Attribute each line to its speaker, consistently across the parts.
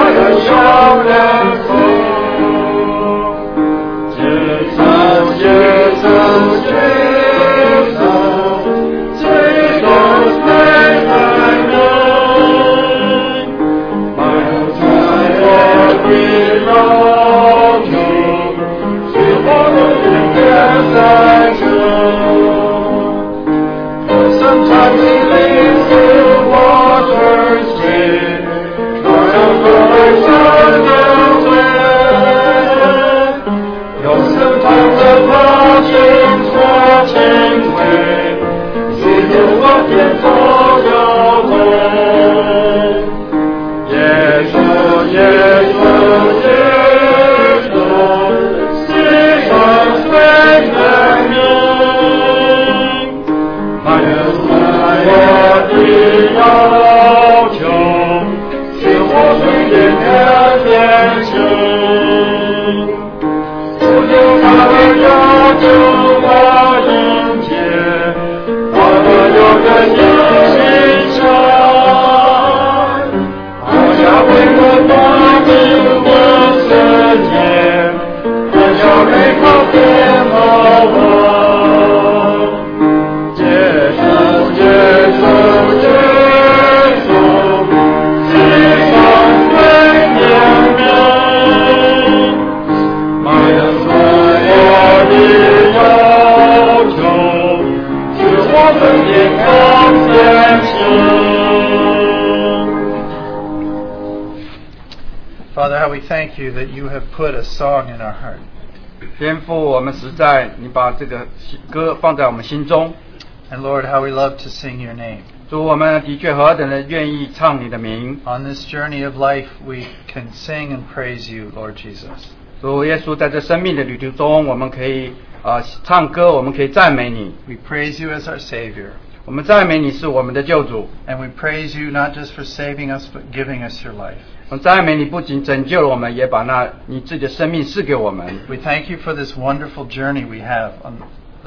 Speaker 1: 受人诉，只求知足，知足，知足才爱人。满载我的荣誉，是我们的赞助。Sometimes he leaves the water's deep, but a voice unknown. Though sometimes the passion's watching way, see the walking for your way. Yes, oh, yes, oh, yes, oh, see us when I'm young. 满有我的要求，是我最坚的坚持。只有他们要求我迎接，我们有个新心肠。我要为我把你的世界，我要美好变好我。接受，接受，接受，只想为人民，满足我的要求，是我们的抗坚持。
Speaker 2: Father, how we thank you that you have put a song in our heart.
Speaker 3: 天父，我们实在，你把这个歌放在我们心中。
Speaker 2: And Lord, how we love to sing your name.
Speaker 3: 主，我们的确何等的愿意唱你的名。
Speaker 2: On this journey of life, we can sing and praise you, Lord Jesus.
Speaker 3: 主耶稣，在这生命的旅途中，我们可以啊、呃唱歌，我们可以赞美你。
Speaker 2: We praise you as our Savior.
Speaker 3: 我们赞美你是我们的救主。
Speaker 2: And we praise you not just for saving us, but giving us your life.
Speaker 3: 我们赞美你不仅拯救了我们，也把那你自己的生命赐给我们。
Speaker 2: We thank you for this wonderful journey we have on,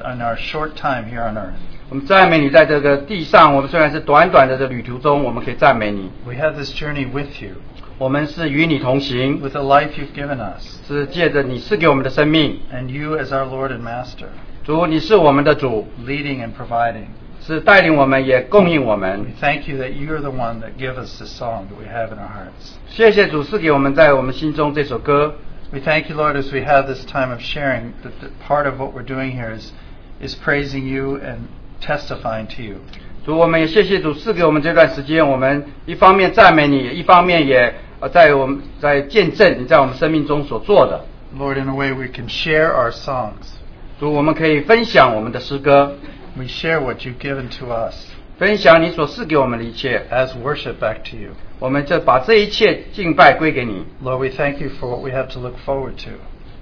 Speaker 2: on our short time here on earth.
Speaker 3: 我们赞美你在这个地上，我们虽然是短短的这旅途中，我们可以赞美你。
Speaker 2: We have this journey with you,
Speaker 3: 我们是与你同行，
Speaker 2: with the life you've given us,
Speaker 3: 是借着你赐给我们的生命。
Speaker 2: and you as our Lord and Master,
Speaker 3: 主，你是我们的主，
Speaker 2: leading and providing.
Speaker 3: 是带领我们，也供应我们
Speaker 2: We。thank you that you're the one that give us this song that we have in our hearts.
Speaker 3: 谢谢主赐给我们在我们心中这首歌。
Speaker 2: We thank you, Lord, as we have this time of sharing, that, that part of what we're doing here is, is praising you and testifying to you.
Speaker 3: 主，我们也谢谢主赐给我们这段时间，我们一方面赞美你，一方面也呃在我们在见证你在我们生命中所做的。
Speaker 2: Lord, in a way we can share our songs.
Speaker 3: 主，我们可以分享我们的诗歌，
Speaker 2: We share what you've given to us
Speaker 3: 分享你所赐给我们的一切，
Speaker 2: as worship back to you.
Speaker 3: 我们就把这一切敬拜归给你。
Speaker 2: Lord, we thank you for what we have to look forward to,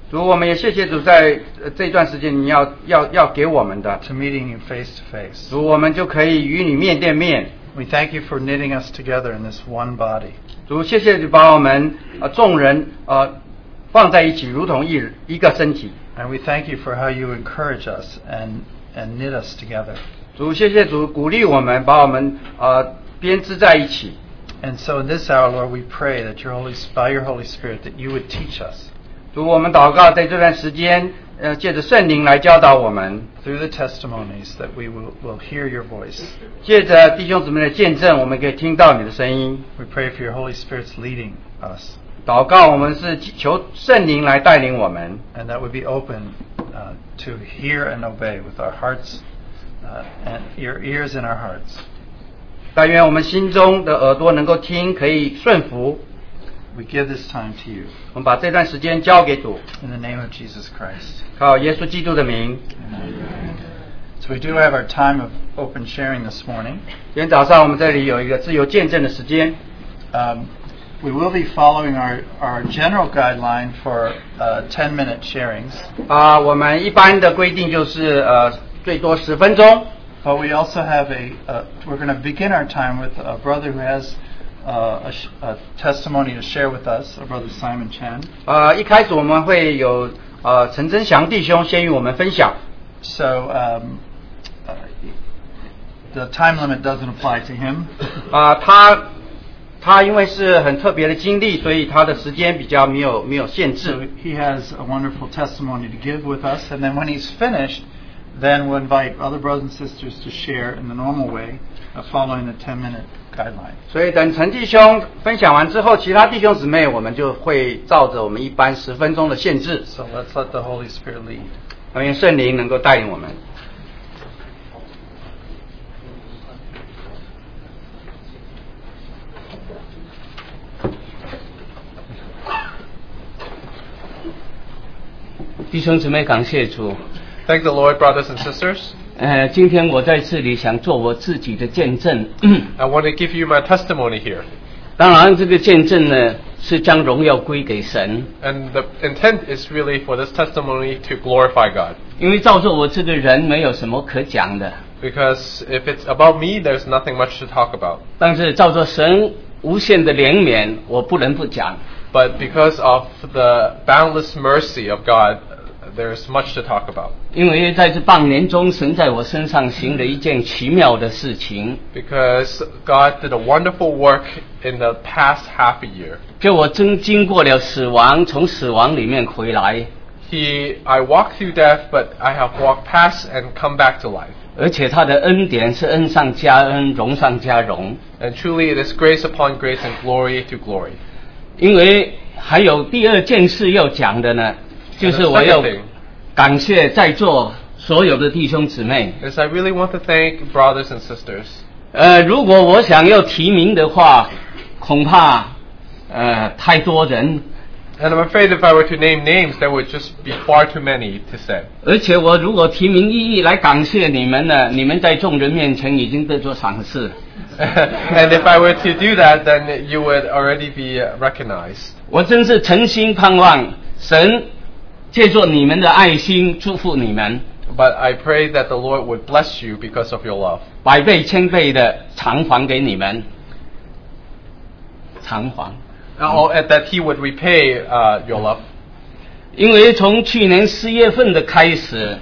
Speaker 3: 主，我们也谢谢主在呃这段时间你要要要给我们的，
Speaker 2: to meeting you face to face.
Speaker 3: 主，我们就可以与你面对面。
Speaker 2: We thank you for knitting us together in this one body.
Speaker 3: 主，谢谢你把我们呃众人呃放在一起，如同一一个身体。
Speaker 2: And we thank you for how you encourage us and, and knit us together.
Speaker 3: 主，谢谢主鼓励我们，把我们呃编织在一起。
Speaker 2: And so in this hour, Lord, we pray that your Holy, by your Holy Spirit, that you would teach us
Speaker 3: 主，我们祷告，在这段时间，呃，借着圣灵来教导我们，
Speaker 2: through the testimonies that we will, will hear your voice.
Speaker 3: 借着弟兄姊妹的见证，我们可以听到你的声音。
Speaker 2: We pray for your Holy Spirit's leading us
Speaker 3: 祷告，我们是求圣灵来带领我们，
Speaker 2: and that we be open uh, to hear and obey with our hearts uh, and your ears in our hearts.
Speaker 3: 但愿我们心中的耳朵能够听，可以顺服。
Speaker 2: We give this time to you
Speaker 3: 我们把这段时间交给主，
Speaker 2: in the name of Jesus Christ.
Speaker 3: 靠耶稣基督的名。
Speaker 2: So we do have our time of open sharing this morning.
Speaker 3: 今天早上我们这里有一个自由见证的时间，
Speaker 2: Um, we will be following our, our general guideline for uh, 10 minute sharings.
Speaker 3: 啊、我们一般的规定就是呃最多十分钟。
Speaker 2: But we also have a, uh, we're going to begin our time with a brother who has uh, a, sh- a testimony to share with us, our brother Simon Chan.
Speaker 3: 呃，一开始我们会有呃陈真祥弟兄先与我们分享，
Speaker 2: So um, uh, the time limit doesn't apply to him.
Speaker 3: 啊、他
Speaker 4: 他因为是很特别的经历，所以他的时间比较没有没有限
Speaker 5: So
Speaker 3: 嗯
Speaker 4: 制。
Speaker 5: he has a wonderful testimony to give with us, and then when he's finished, then we'll invite other brothers and sisters to share in the normal way, uh, following the 10 minute guideline.
Speaker 4: 所以等陈弟兄分享完之后，其他弟兄姊妹我们就会照着我们一般十分钟的限制，
Speaker 5: So let's let the Holy Spirit lead.
Speaker 4: 我愿圣灵能够带领我们。
Speaker 3: 弟兄姊妹，感谢主。
Speaker 6: Thank the Lord, brothers and sisters.
Speaker 3: 呃，今天我在这里想做我自己的见证。
Speaker 6: I want to give you my testimony here.
Speaker 3: 当然，这个见证呢是将荣耀归给神，
Speaker 6: And the intent is really for this testimony to glorify God.
Speaker 3: 因为照着我这个人没有什么可讲的，
Speaker 6: Because if it's about me, there's nothing much to talk about.
Speaker 3: 但是照着神无限的怜悯，我不能不讲。
Speaker 6: But because of the boundless mercy of God, there's much to talk about.
Speaker 3: 因为在这半年中，神在我身上行了一件奇妙的事情，
Speaker 6: Because God did a wonderful work in the past half a year.
Speaker 3: 就我真经过了死亡，从死亡里面回来，
Speaker 6: He, I walked through death, but I have walked past and come back to life.
Speaker 3: 而且他的恩典是恩上加恩，荣上加荣。
Speaker 6: And truly, it is grace upon grace and glory to glory.
Speaker 3: 因为还有第二件事要讲的呢，就是我要
Speaker 6: And the second thing
Speaker 3: 感谢在座所有的弟兄姊妹。
Speaker 6: is I really want to thank brothers and sisters.
Speaker 3: 呃，如果我想要提名的话，恐怕呃太多人，
Speaker 6: And I'm afraid if I were to name names, there would just be far too many to say.
Speaker 3: 而且我如果提名一一来感谢你们呢，你们在众人面前已经得做赏识。
Speaker 6: and if I were to do that, then you would already be uh, recognized.
Speaker 3: 我真是诚心盼望神借助你们的爱心祝福你们，
Speaker 6: But I pray that the Lord would bless you because of your love,
Speaker 3: 百倍千倍的偿还给你们，偿还。
Speaker 6: oh, and that He would repay uh, your love.
Speaker 3: 因为从去年四月份的开始，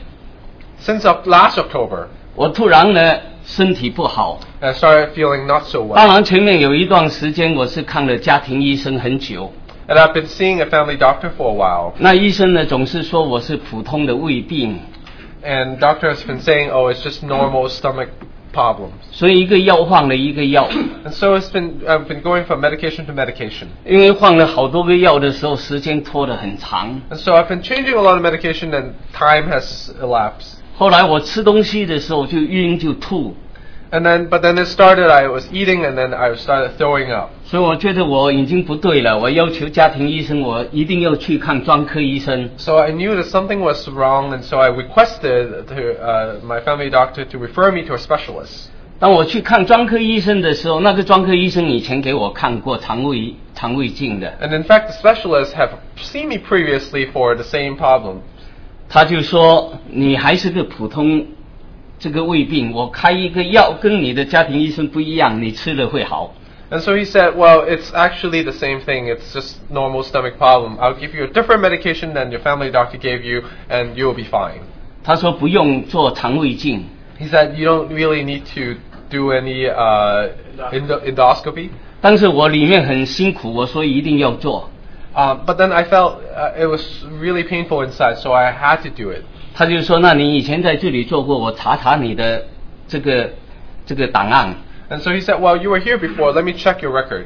Speaker 6: Since of last October,
Speaker 3: 我突然呢身体不好。
Speaker 6: I started feeling not so
Speaker 3: 当
Speaker 6: well,
Speaker 3: 然，前面有一段时间我是看了家庭医生很久，
Speaker 6: and I've been seeing a family doctor for a while.
Speaker 3: 那医生呢总是说我是普通的胃病，
Speaker 6: And doctor has been saying, "Oh, it's just normal stomach problems."
Speaker 3: 所以一个药换了一个药，
Speaker 6: And so it's been I've been going from medication to medication.
Speaker 3: 因为换了好多个药的时候，时间拖得很长。
Speaker 6: And so I've been changing a lot of medication and time has elapsed.
Speaker 3: 后来我吃东西的时候就晕就吐，
Speaker 6: And then but then it started I was eating and then I started throwing up.
Speaker 3: 所以我觉得我已经不对了，我要求家庭医生，我一定要去看专科医生。
Speaker 6: So I knew that something was wrong and so I requested to uh, my family doctor to refer me to a specialist.
Speaker 3: 当我去看专科医生的时候，那个专科医生以前给我看过肠胃肠胃镜的，
Speaker 6: And in fact the specialists have seen me previously for the same problem.
Speaker 3: 他就说你还是个普通这个胃病，我开一个药跟你的家庭医生不一样，你吃了会好。
Speaker 6: And so he said, "Well, it's actually the same thing. It's just normal stomach problem. I'll give you a different medication than your family doctor gave you and you'll be fine."
Speaker 3: 他说不用做肠胃镜，
Speaker 6: He said you don't really need to do any uh, endo- endoscopy.
Speaker 3: 但是我里面很辛苦，我说一定要做。
Speaker 6: Uh, but then I felt uh, it was really painful inside, so I had to do it.
Speaker 3: 他就说那你以前在这里做过，我查查你的这个这个档案。
Speaker 6: And so he said, "Well, you were here before. Let me check your record."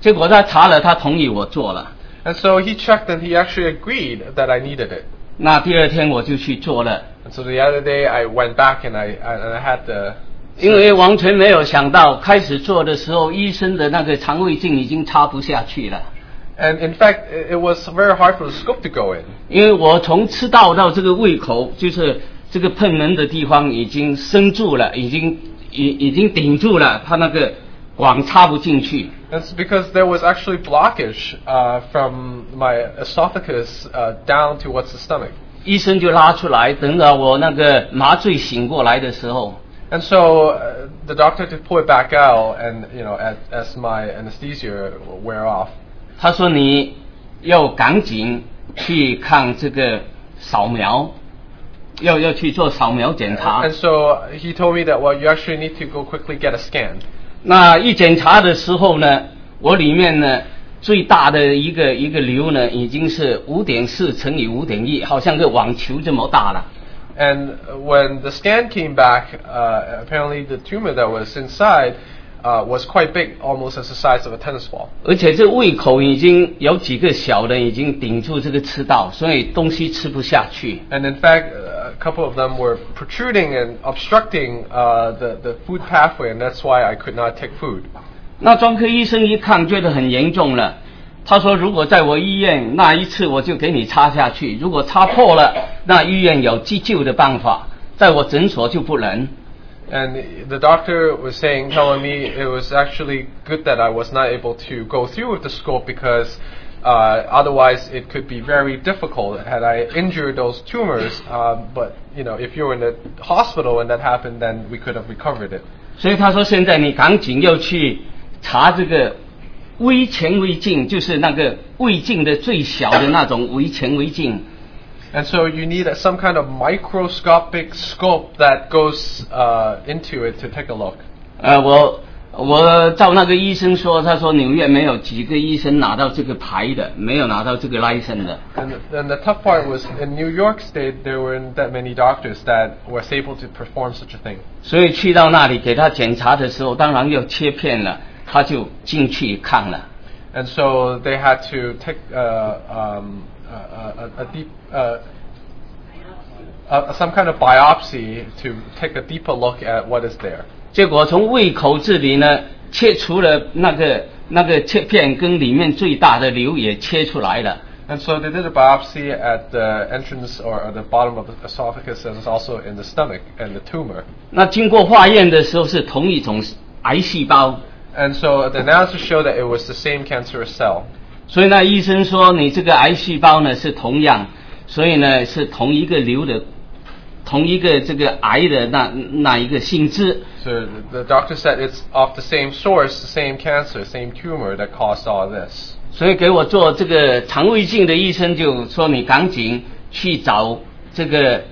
Speaker 3: 结果他查了，他同意我做了。
Speaker 6: And so he checked, and he actually agreed that I needed it.
Speaker 3: 那第二天我就去做了。
Speaker 6: And so the other day I went back, and I and I had the
Speaker 3: 因为完全没有想到，开始做的时候，医生的那个肠胃镜已经插不下去了。
Speaker 6: and in fact it it was very hard for the scope to go in
Speaker 3: 因为我从吃到到这个胃口，就是这个碰门的地方已经生住了，已经已已经顶住了，它那个管插不进去。
Speaker 6: That's because there was actually blockage uh, from my esophagus uh, down towards the stomach.
Speaker 3: 医生就拉出来，等到我那个麻醉醒过来的时候，
Speaker 6: And so uh, the doctor to pull it back out, and you know, as, as my anesthesia wear off,
Speaker 3: 他说你要赶紧去看这个扫描，要要去做扫描检查
Speaker 6: and。so uh, he told me that well, you actually need to go quickly get a scan.
Speaker 3: 那一检查的时候呢，我里面呢最大的一个一个瘤呢，已经是五点四乘以五点一，好像个网球这么大了。
Speaker 6: And when the scan came back, uh, apparently the tumor that was inside uh, was quite big, almost as the size of a tennis ball.
Speaker 3: 而且这胃口已经有几个小的已经顶住这个吃道，所以东西吃不下去。
Speaker 6: And in fact, uh, a couple of them were protruding and obstructing uh, the, the food pathway, and that's why I could not take food.
Speaker 3: 那专科医生一看觉得很严重了，他说如果在我医院那一次我就给你插下去，如果插破了，那医院有急救的办法，在我诊所就不能。
Speaker 6: And the doctor was saying, telling me it was actually good that I was not able to go through with the scope because uh, otherwise it could be very difficult had I injured those tumors. Um, but you know, if you were in the hospital and that happened, then we could have recovered it.
Speaker 3: 所以他说现在你赶紧要去查这个微前微镜，就是那个胃镜的最小的那种微前微镜。
Speaker 6: And so you need uh, some kind of microscopic scope that goes uh, into it to take a look.
Speaker 3: 呃，我我照那个医生说，他说纽约没有几个医生拿到这个牌的，没有拿到这个 license 的。
Speaker 6: And, and the tough part was in New York State, there weren't that many doctors that was able to perform such a thing.
Speaker 3: 所以去到那里给他检查的时候，当然要切片了，他就进去看了。
Speaker 6: And so they had to take uh, um, a, a, a- a deep, uh, a, some kind of biopsy to take a deeper look at what is there.
Speaker 3: 结果从胃口这里呢，切除了那个那个切片跟里面最大的瘤也切出来了。
Speaker 6: And so they did a biopsy at the entrance or at the bottom of the esophagus and also in the stomach and the tumor.
Speaker 3: 那经过化验的时候是同一种癌细胞，
Speaker 6: And so the analysis showed that it was the same cancerous cell.
Speaker 3: 所以呢，医生说你这个癌细胞呢是同样，所以呢是同一个瘤的，同一个这个癌的那那一个性质。
Speaker 6: So the- the doctor said it's of the same source, the same cancer, same tumor that caused all this.
Speaker 3: 所以给我做这个肠胃镜的医生就说你赶紧去找这个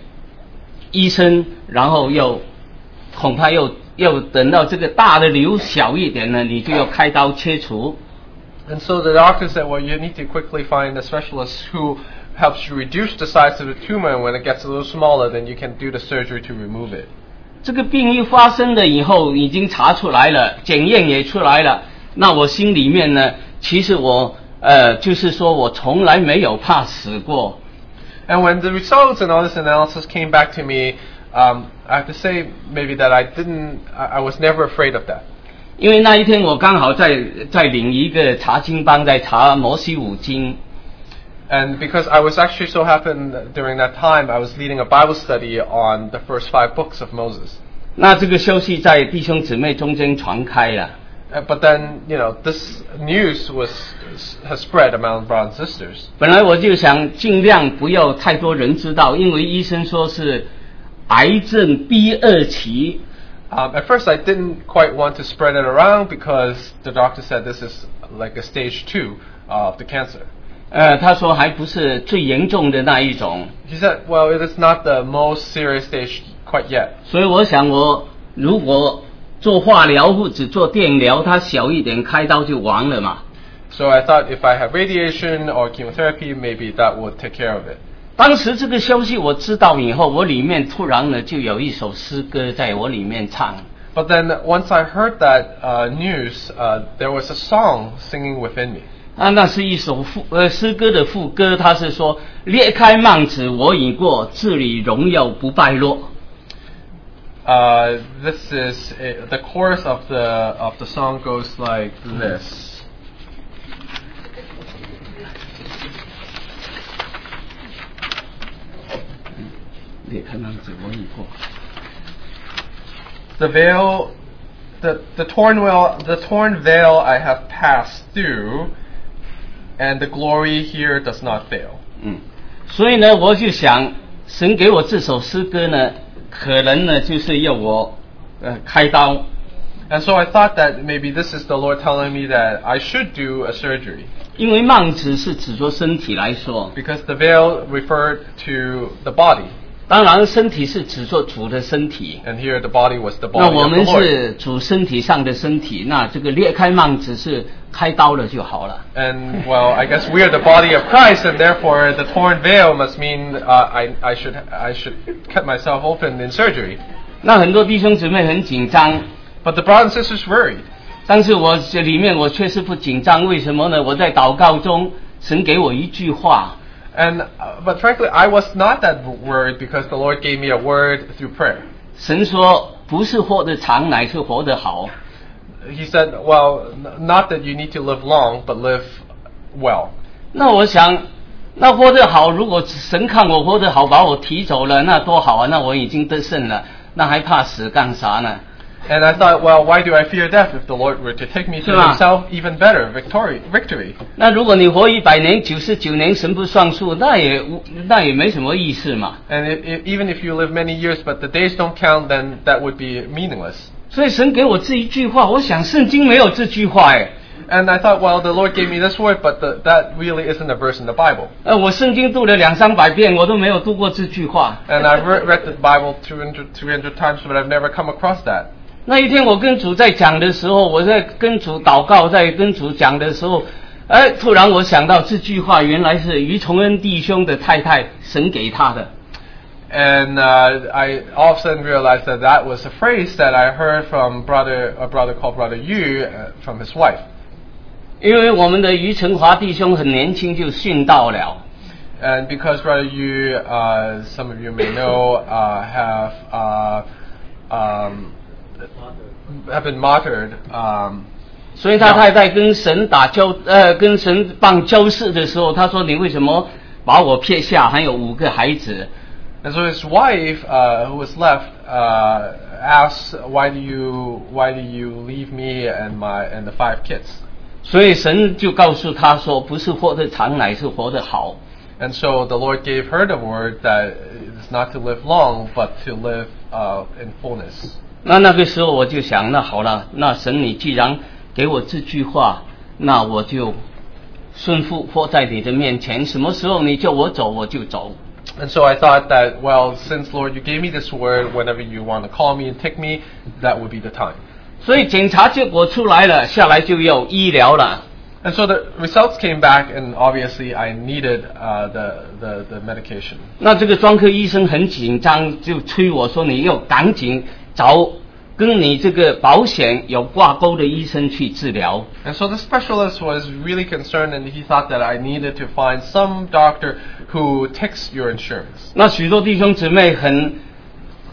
Speaker 3: 医生，然后又恐怕又又等到这个大的瘤小一点呢，你就要开刀切除。
Speaker 6: And so the doctor said, well, you need to quickly find a specialist who helps you reduce the size of the tumor, and when it gets a little smaller, then you can do the surgery to remove it.
Speaker 3: 这个病一发生了以后，已经查出来了，检验也出来了。那我心里面呢，其实我呃，就是说我从来没有怕死过。
Speaker 6: And when the results and all this analysis came back to me, um, I have to say maybe that I didn't, I, I was never afraid of that.
Speaker 3: 因为那一天我刚好在在领一个查经班，在查摩西五经，
Speaker 6: And because I was actually so happened during that time, I was leading a Bible study on the first five books of Moses.
Speaker 3: 那这个消息在弟兄姊妹中间传开了，
Speaker 6: Uh, But then, you know, this news was has spread among brown sisters.
Speaker 3: 本来我就想尽量不要太多人知道，因为医生说是癌症 B 二期，
Speaker 6: Um, at first, I didn't quite want to spread it around because the doctor said this is like a stage two of the cancer.
Speaker 3: 呃，他说还不是最严重的那一种。
Speaker 6: He said, "Well, it is not the most serious stage quite yet."
Speaker 3: 所以我想，我如果做化疗或者做电疗，它小一点开刀就完了嘛。
Speaker 6: So I thought if I have radiation or chemotherapy, maybe that would take care of it.
Speaker 3: 当时这个消息我知道以后，我里面突然呢就有一首诗歌在我里面唱，
Speaker 6: But then once I heard that uh, news, uh, there was a song singing within me.
Speaker 3: 啊，那是一首副呃诗歌的副歌，它是说：裂开幔子我已过，治理荣耀不败落。
Speaker 6: Uh, this is uh the chorus of the of the song goes like this. The veil, the the torn veil, the torn veil I have passed through, and the glory here does not fail.
Speaker 3: 嗯所以呢，我就想，神给我这首诗歌呢，可能呢就是要我呃开刀。
Speaker 6: And so I thought that maybe this is the Lord telling me that I should do a surgery
Speaker 3: 因为幔子是指着身体来说，
Speaker 6: because the veil referred to the body.
Speaker 3: 当然，身体是指做主的身体。
Speaker 6: And here the body was the
Speaker 3: 那
Speaker 6: body
Speaker 3: 我
Speaker 6: of the
Speaker 3: 们
Speaker 6: Lord.
Speaker 3: 是主身体上的身体，那这个裂开幔子是开刀了就好了。
Speaker 6: And well, I guess we are the body of Christ, and therefore the torn veil must mean uh, I, I should I should cut myself open in surgery.
Speaker 3: 那很多弟兄姊妹很紧张，
Speaker 6: But the brothers and sisters worried.
Speaker 3: 但是我这里面我确实不紧张，为什么呢？我在祷告中，神给我一句话，
Speaker 6: And uh, but frankly, I was not that worried because the Lord gave me a word through prayer.
Speaker 3: 神说不是活得长，乃是活得好。
Speaker 6: He said, "Well, n- not that you need to live long, but live well."
Speaker 3: 那我想，那活得好，如果神看我活得好，把我提走了，那多好啊！那我已经得胜了，那还怕死干啥呢？
Speaker 6: And I thought, well, why do I fear death if the Lord were to take me to
Speaker 3: Sure.
Speaker 6: Himself? Even better, victory, victory.
Speaker 3: 那如果你活一百年、九十九年，神不算数，那也无那也没什么意思嘛。
Speaker 6: And i i even if you live many years, but the days don't count, then that would be meaningless.
Speaker 3: 所以神给我这一句话，我想圣经没有这句话哎。
Speaker 6: And I thought, well, the Lord gave me this word, but the, that really isn't a verse in the Bible.
Speaker 3: 呃，我圣经读了两三百遍，我都没有读过这句话。
Speaker 6: And I've re- read the Bible 200, 300 times, but I've never come across that.
Speaker 3: 那一天我跟主在讲的时候，我在跟主祷告，在跟主讲的时候，哎，突然我想到这句话，原来是于崇恩弟兄的太太神给他的。
Speaker 6: And uh, I all of a sudden realized that that was a phrase that I heard from brother, a brother called Brother Yu, uh, from his wife.
Speaker 3: 因为我们的于成华弟兄很年轻就殉道了，
Speaker 6: And because Brother Yu, uh, some of you may know, uh, have uh, um, have been martyred. Um,
Speaker 3: 所以他太太跟神打交呃跟神办交涉的时候，他说：“你为什么把我撇下？还有五个孩子。”
Speaker 6: and so his wife, uh, who was left, uh, asks, "Why do you why do you leave me and my and the five kids?"
Speaker 3: 所以神就告诉他说：“不是活得长，乃是活得好。”
Speaker 6: And so the Lord gave her the word that it's not to live long, but to live uh, in fullness.
Speaker 3: 那那个时候我就想，那好了，那神你既然给我这句话，那我就顺服活在你的面前。什么时候你叫我走，我就走。
Speaker 6: And so I thought that, well, since Lord, you gave me this word, whenever you want to call me and take me, that would be the time.
Speaker 3: 所以检查结果出来了，下来就要医疗了。
Speaker 6: And so the results came back, and obviously I needed uh, the, the the medication.
Speaker 3: 那这个专科医生很紧张，就催我说：“你要赶紧找跟你这个保险有挂钩的医生去治疗。
Speaker 6: And so the specialist was really concerned, and he thought that I needed to find some doctor who takes your insurance. ”
Speaker 3: 那许多弟兄姊妹很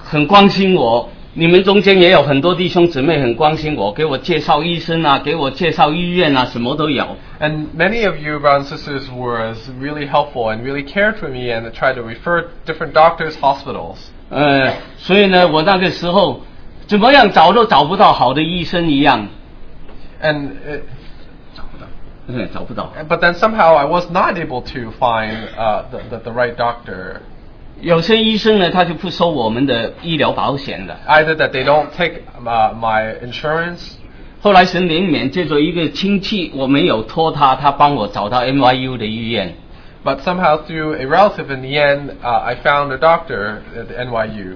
Speaker 3: 很关心我，你们中间也有很多弟兄姊妹很关心我，给我介绍医生啊，给我介绍医院啊，什么都有。
Speaker 6: And many of you brothers and sisters were really helpful and really cared for me, and tried to refer different doctors, hospitals.
Speaker 3: 呃，所以呢，我那个时候怎么样找都找不到好的医生一样，
Speaker 6: And uh,
Speaker 3: 嗯，找不到。
Speaker 6: but then somehow I was not able to find uh, the, the the right doctor.
Speaker 3: 有些医生呢，他就不收我们的医疗保险了。
Speaker 6: Either that they don't take uh, my insurance,
Speaker 3: 后来神怜悯，借着一个亲戚，我没有托他，他帮我找到 NYU 的医院。
Speaker 6: But somehow through a relative in the end, uh, I found a doctor at NYU.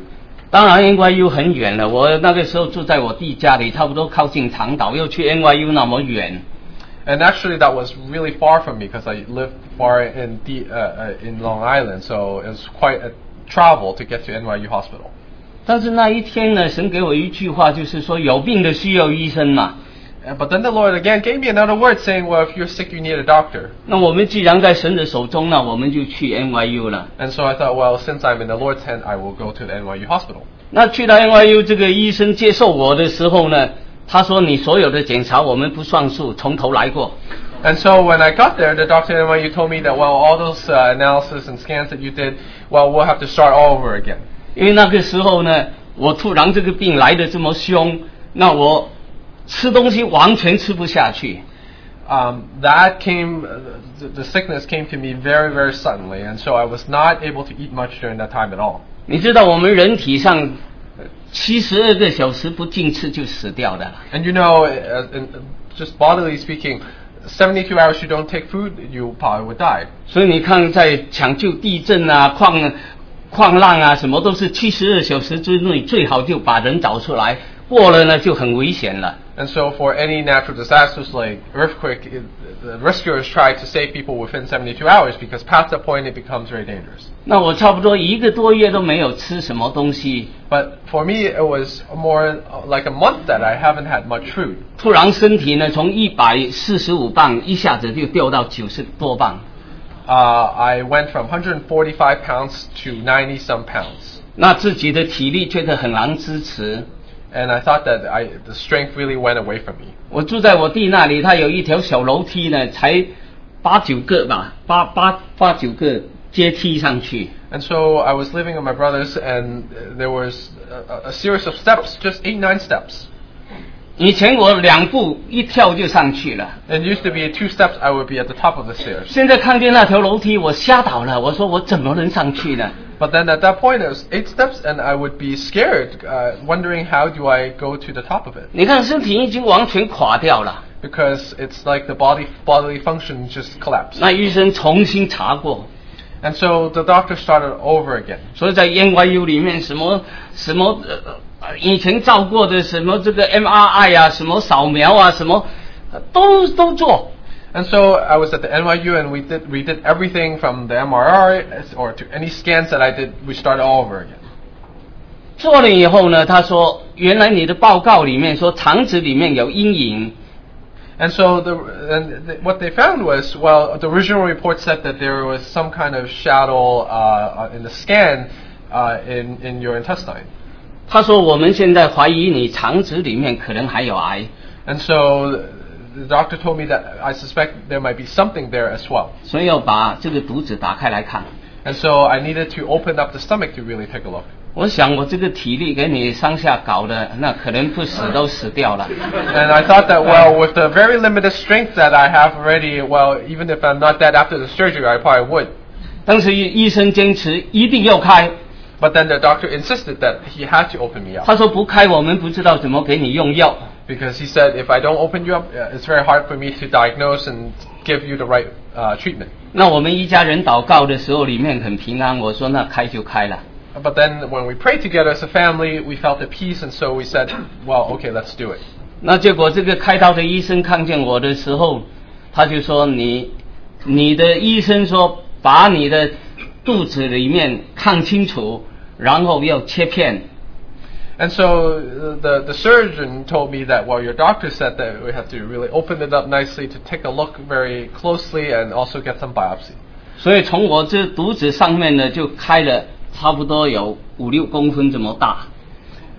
Speaker 3: 当然 NYU 很远了，我那个时候住在我弟家里，差不多靠近长岛，又去 NYU 那么远。
Speaker 6: And actually that was really far from me because I lived far in, the, uh, uh, in Long Island, so it was quite a travel to get to NYU hospital.
Speaker 3: 但是那一天呢，神给我一句话，就是说有病的需要医生嘛。
Speaker 6: Uh, But then the Lord again gave me another word saying, well, if you're sick, you need a doctor.
Speaker 3: 那我们既然在神的手中呢，我们就去 NYU 了。
Speaker 6: And so I thought, well, since I'm in the Lord's hand, I will go to the NYU hospital.
Speaker 3: 那去到 NYU 这个医生接受我的时候呢，他说你所有的检查我们不算数，从头来过。
Speaker 6: And so when I got there, the doctor at NYU told me that, well, all those uh, analysis and scans that you did, well, we'll have to start all over again.
Speaker 3: 因为那个时候呢，我突然这个病来的这么凶，那我吃东西完全吃不下去。
Speaker 6: um, that came, uh, the, the sickness came to me very, very suddenly, and so I was not able to eat much during that time at all.
Speaker 3: 你知道我们人体上呃七十二个小时不进吃就死掉的了。
Speaker 6: And you know, uh, and just bodily speaking, 72 hours you don't take food, you probably would die.
Speaker 3: 所以你看，在抢救地震啊、矿矿浪啊，什么都是七十二小时之内最好就把人找出来，过了呢就很危险了。
Speaker 6: And so, for any natural disasters like earthquake, it, the rescuers try to save people within 72 hours because past that point it becomes very dangerous.
Speaker 3: 那我差不多一个多月都没有吃什么东西，
Speaker 6: But for me, it was more uh, like a month that I haven't had much food.
Speaker 3: 突然身体呢从一百四十五磅一下子就掉到九十多磅。
Speaker 6: Uh, I went from 145 pounds to 90 some pounds,
Speaker 3: 那自己的体力觉得很难支持。
Speaker 6: and I thought that I, the strength really went away from me.
Speaker 3: 我住在我弟那里，他有一条小楼梯呢，才八九个吧，八八八九个阶梯上去。
Speaker 6: And so I was living with my brothers, and uh, there was a, a- a series of steps, just eight, nine steps.
Speaker 3: 以前我两步一跳就上去了，
Speaker 6: It used to be two steps, I would be at the top of the stairs.
Speaker 3: 现在看见那条楼梯，我吓倒了。我说我怎么能上去呢？
Speaker 6: But then at that point, it was eight steps, and I would be scared, uh, wondering how do I go to the top of it?
Speaker 3: 你看身体已经完全垮掉了。
Speaker 6: Because it's like the body bodily function just collapsed.
Speaker 3: 那医生重新查过，
Speaker 6: And so the doctor started over again.
Speaker 3: 所以在 NYU 里面什么什么呃呃以前照过的什么这个 MRI 啊，什么扫描啊，什么呃都都做。
Speaker 6: And so I was at the NYU, and we did we did everything from the MRI or to any scans that I did. We started all over again.
Speaker 3: 做了以后呢，他说原来你的报告里面说肠子里面有阴影，
Speaker 6: And so the and th- what they found was well, the original report said that there was some kind of shadow uh, uh, in the scan uh, in in your intestine.
Speaker 3: 他说我们现在怀疑你肠子里面可能还有癌，
Speaker 6: And so the doctor told me that I suspect there might be something there as well.
Speaker 3: 所以要把这个肚子打开来看。
Speaker 6: And so I needed to open up the stomach to really take a look.
Speaker 3: 我想我这个体力给你上下搞的，那可能不死都死掉了。
Speaker 6: And I thought that well, with the very limited strength that I have already, well, even if I'm not dead after the surgery, I probably would.
Speaker 3: 当时医生坚持一定要开，
Speaker 6: But then the doctor insisted that he had to open me up
Speaker 3: 他说不开我们不知道怎么给你用药。
Speaker 6: because he said if I don't open you up, uh, it's very hard for me to diagnose and give you the right uh, treatment.
Speaker 3: 那我们一家人祷告的时候里面很平安，我说那开就开了。
Speaker 6: But then when we prayed together as a family, we felt at peace, and so we said, well, okay, let's do it.
Speaker 3: 那结果这个开刀的医生看见我的时候，他就说你，你的医生说把你的肚子里面看清楚，然后要切片。
Speaker 6: And so uh, the the surgeon told me that well, your doctor said that we have to really open it up nicely to take a look very closely and also get some biopsy.
Speaker 3: 所以从我这肚子上面呢，就开了差不多有五六公分这么大。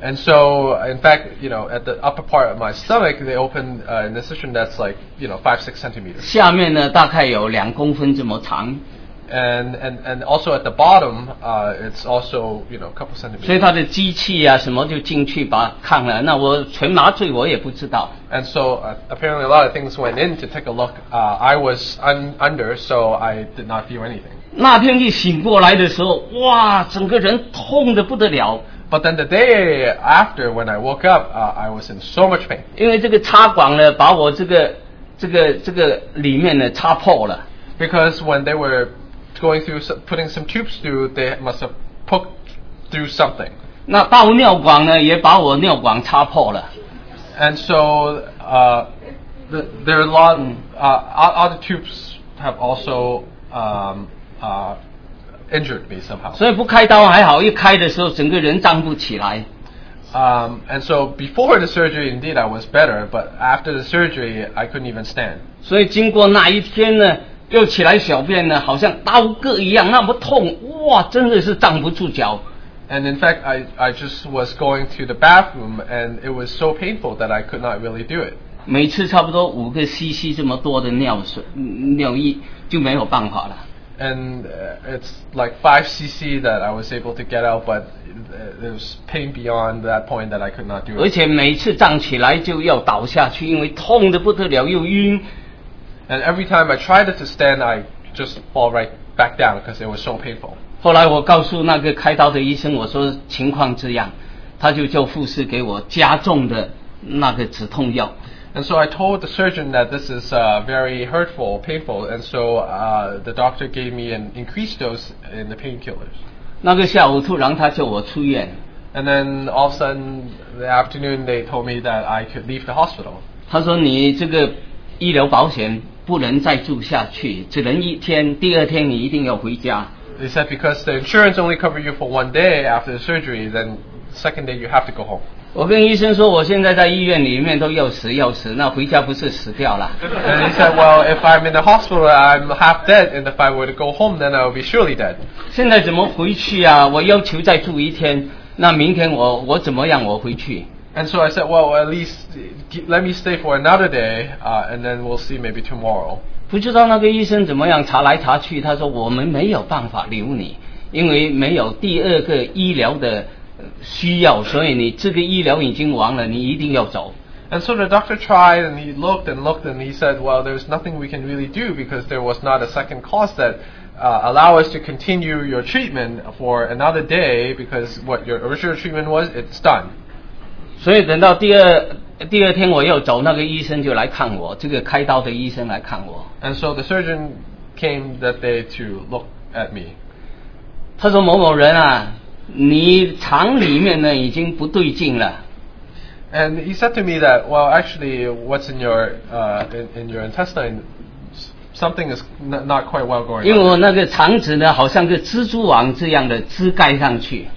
Speaker 6: And so, uh, in fact, you know, at the upper part of my stomach, they opened uh, an incision that's like you know five six centimeters,
Speaker 3: 下面呢大概有两公分这么长，
Speaker 6: and and and also at the bottom, uh, it's also you know a couple
Speaker 3: 所以
Speaker 6: centimeters.
Speaker 3: 他的机器啊什么就进去把看了。那我全麻醉我也不知道，
Speaker 6: And so, uh, apparently, a lot of things went in to take a look. Uh, I was un- under, so I did not feel anything.
Speaker 3: 那天一醒过来的时候，哇，整个人痛得不得了，
Speaker 6: But then the day after, when I woke up, uh, I was in so much pain.
Speaker 3: 因为这个插管呢，把我这个这个这个里面呢插破了，
Speaker 6: Because when they were going through, some, putting some tubes through, they must have poked through something.
Speaker 3: 那导尿管呢也把我尿管插破了，
Speaker 6: And so uh, the, there are a lot, uh, o- other tubes have also um, uh, injured me somehow.
Speaker 3: 所以不开刀还好，一开的时候整个人站不起来。
Speaker 6: Um, and so before the surgery, indeed, I was better, but after the surgery, I couldn't even stand.
Speaker 3: 所以经过那一天呢，又起来小便呢，好像刀割一样那么痛，哇，真的是站不住脚。
Speaker 6: And in fact, I, I just was going to the bathroom, and it was so painful that I could not really do it.
Speaker 3: 每次差不多五个 CC 这么多的尿水嗯尿液就没有办法了。
Speaker 6: and uh, it's like 5 cc that I was able to get out, but uh, there was pain beyond that point that I could not do
Speaker 3: 而
Speaker 6: it.
Speaker 3: 且每次站起来就要倒下去，因为痛得不得了，又晕，
Speaker 6: And every time I tried to stand, I just fall right back down because it was so painful.
Speaker 3: 后来我告诉那个开刀的医生，我说情况这样，他就叫护士给我加重的那个止痛药。
Speaker 6: And so I told the surgeon that this is uh, very hurtful, painful, and so uh, the doctor gave me an increased dose in the painkillers.
Speaker 3: 那个下午突然他叫我出院，
Speaker 6: And then all of a sudden, the afternoon, they told me that I could leave the hospital.
Speaker 3: 他说你这个医疗保险不能再住下去，只能一天，第二天你一定要回家。
Speaker 6: They said because the insurance only covered you for one day after the surgery, then second day you have to go home.
Speaker 3: 我跟医生说，我现在在医院里面都要死要死，那回家不是死掉了？
Speaker 6: And he said, well, if I'm in the hospital, I'm half dead, and if I were to go home, then I would be surely dead.
Speaker 3: 现在怎么回去啊？我要求再住一天，那明天我我怎么样我回去？
Speaker 6: And so I said, well, at least uh, g- let me stay for another day, uh, and then we'll see maybe tomorrow.
Speaker 3: 不知道那个医生怎么样查来查去，他说我们没有办法留你，因为没有第二个医疗的呃需要，所以你这个医疗已经完了，你一定要走。
Speaker 6: And so the doctor tried, and he looked and looked, and he said, well, there's nothing we can really do because there was not a second cause that uh, allow us to continue your treatment for another day because what your original treatment was, it's done.
Speaker 3: 所以等到第二第二天我要走，那个医生就来看我，这个开刀的医生来看我，
Speaker 6: And so the surgeon came that day to look at me.
Speaker 3: 他说某某人啊，你肠里面呢已经不对劲了，
Speaker 6: And he said to me that, well, actually, what's in your uh, in, in your intestine, s- something is n- not quite well going
Speaker 3: 因为
Speaker 6: on.
Speaker 3: 我那个肠子呢好像个蜘蛛网这样的枝盖上去，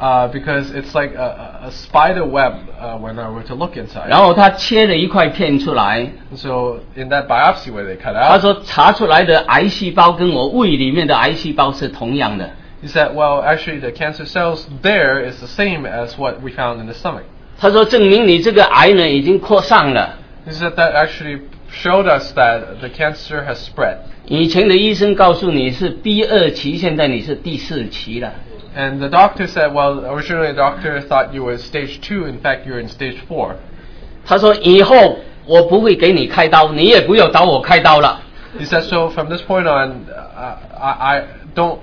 Speaker 6: uh, because it's like a, a- a spider web uh, when I were to look inside.
Speaker 3: 然后他切了一块片出来，
Speaker 6: So in that biopsy where they cut
Speaker 3: 他
Speaker 6: out,
Speaker 3: 说查出来的癌细胞跟我胃里面的癌细胞是同样的。
Speaker 6: he said, well, actually the cancer cells there is the same as what we found in the stomach.
Speaker 3: 他说证明你这个癌呢已经扩散了。
Speaker 6: He said that actually showed us that the cancer has spread.
Speaker 3: 以前的医生告诉你是 B 二期，现在你是第四期了。
Speaker 6: And the doctor said, well, originally the doctor thought you were stage two. In fact, you're in stage four.
Speaker 3: 他说以后我不会给你开刀，你也不要找我开刀了。
Speaker 6: He said, so from this point on, uh, I, I don't,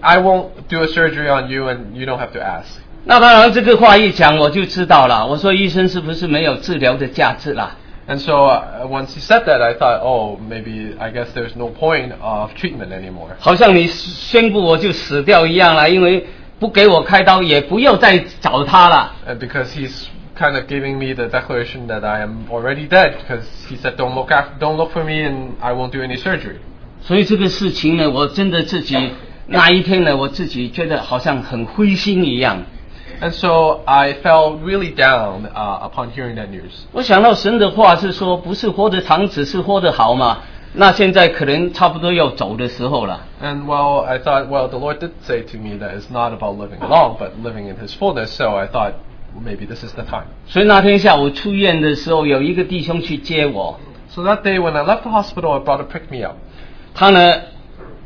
Speaker 6: I won't do a surgery on you, and you don't have to ask.
Speaker 3: 那当然，这个话一讲我就知道了。我说医生是不是没有治疗的价值了？
Speaker 6: And so uh, once he said that, I thought, oh, maybe I guess there's no point of treatment anymore.
Speaker 3: 好像你宣布我就死掉一样了，因为不给我开刀，也不要再找他了。
Speaker 6: And uh, because he's kind of giving me the declaration that I am already dead, because he said, don't look after, don't look for me, and I won't do any surgery.
Speaker 3: 所以这个事情呢，我真的自己那一天呢，我自己觉得好像很灰心一样。
Speaker 6: And so I fell really down uh, upon hearing that news.
Speaker 3: 我想到神的话是说，不是活得长，只是活得好嘛。那现在可能差不多要走的时候了。
Speaker 6: And well, I thought, well, the Lord did say to me that it's not about living long, but living in His fullness. So I thought, maybe this is the time.
Speaker 3: 所以那天下午出院的时候，有一个弟兄去接我，
Speaker 6: So that day when I left the hospital, a brother picked me up.
Speaker 3: 他呢，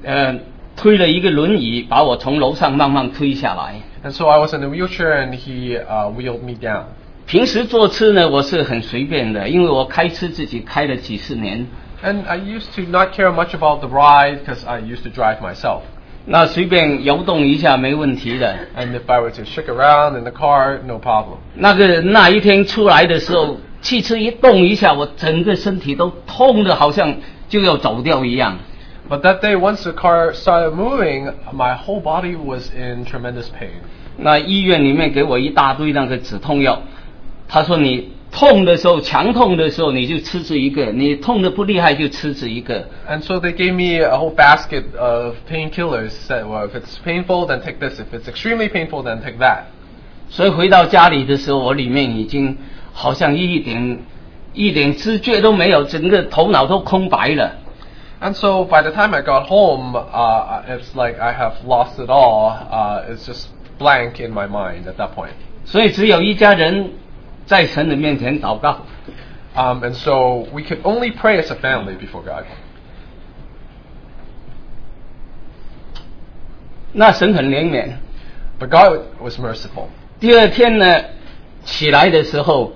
Speaker 3: 呃，推了一个轮椅把我从楼上慢慢推下来。
Speaker 6: And so I was in a wheelchair, and he uh, wheeled me down.
Speaker 3: 平时坐车呢，我是很随便的，因为我开车自己开了几十年，
Speaker 6: And I used to not care much about the ride because I used to drive myself.
Speaker 3: 那随便游动一下没问题的。
Speaker 6: And if I were to shake around in the car, no problem.
Speaker 3: 那个那一天出来的时候，汽车一动一下，我整个身体都痛的，好像就要走掉一样。
Speaker 6: But that day, once the car started moving, my whole body was in tremendous pain.
Speaker 3: 那医院里面给我一大堆那个止痛药，他说你痛的时候，强痛的时候你就吃这一个，你痛的不厉害就吃这一个。
Speaker 6: And so they gave me a whole basket of painkillers. Said, well, if it's painful, then take this. If it's extremely painful, then take that.
Speaker 3: 所以回到家里的时候，我里面已经好像一点一点知觉都没有，整个头脑都空白了。
Speaker 6: And so by the time I got home, uh, it's like I have lost it all. Uh, it's just blank in my mind at that point.
Speaker 3: 所以只有一家人在神的面前祷告。
Speaker 6: Um, and so we could only pray as a family before God.
Speaker 3: 那神很怜悯，
Speaker 6: But God was merciful.
Speaker 3: 第二天呢，起来的时候，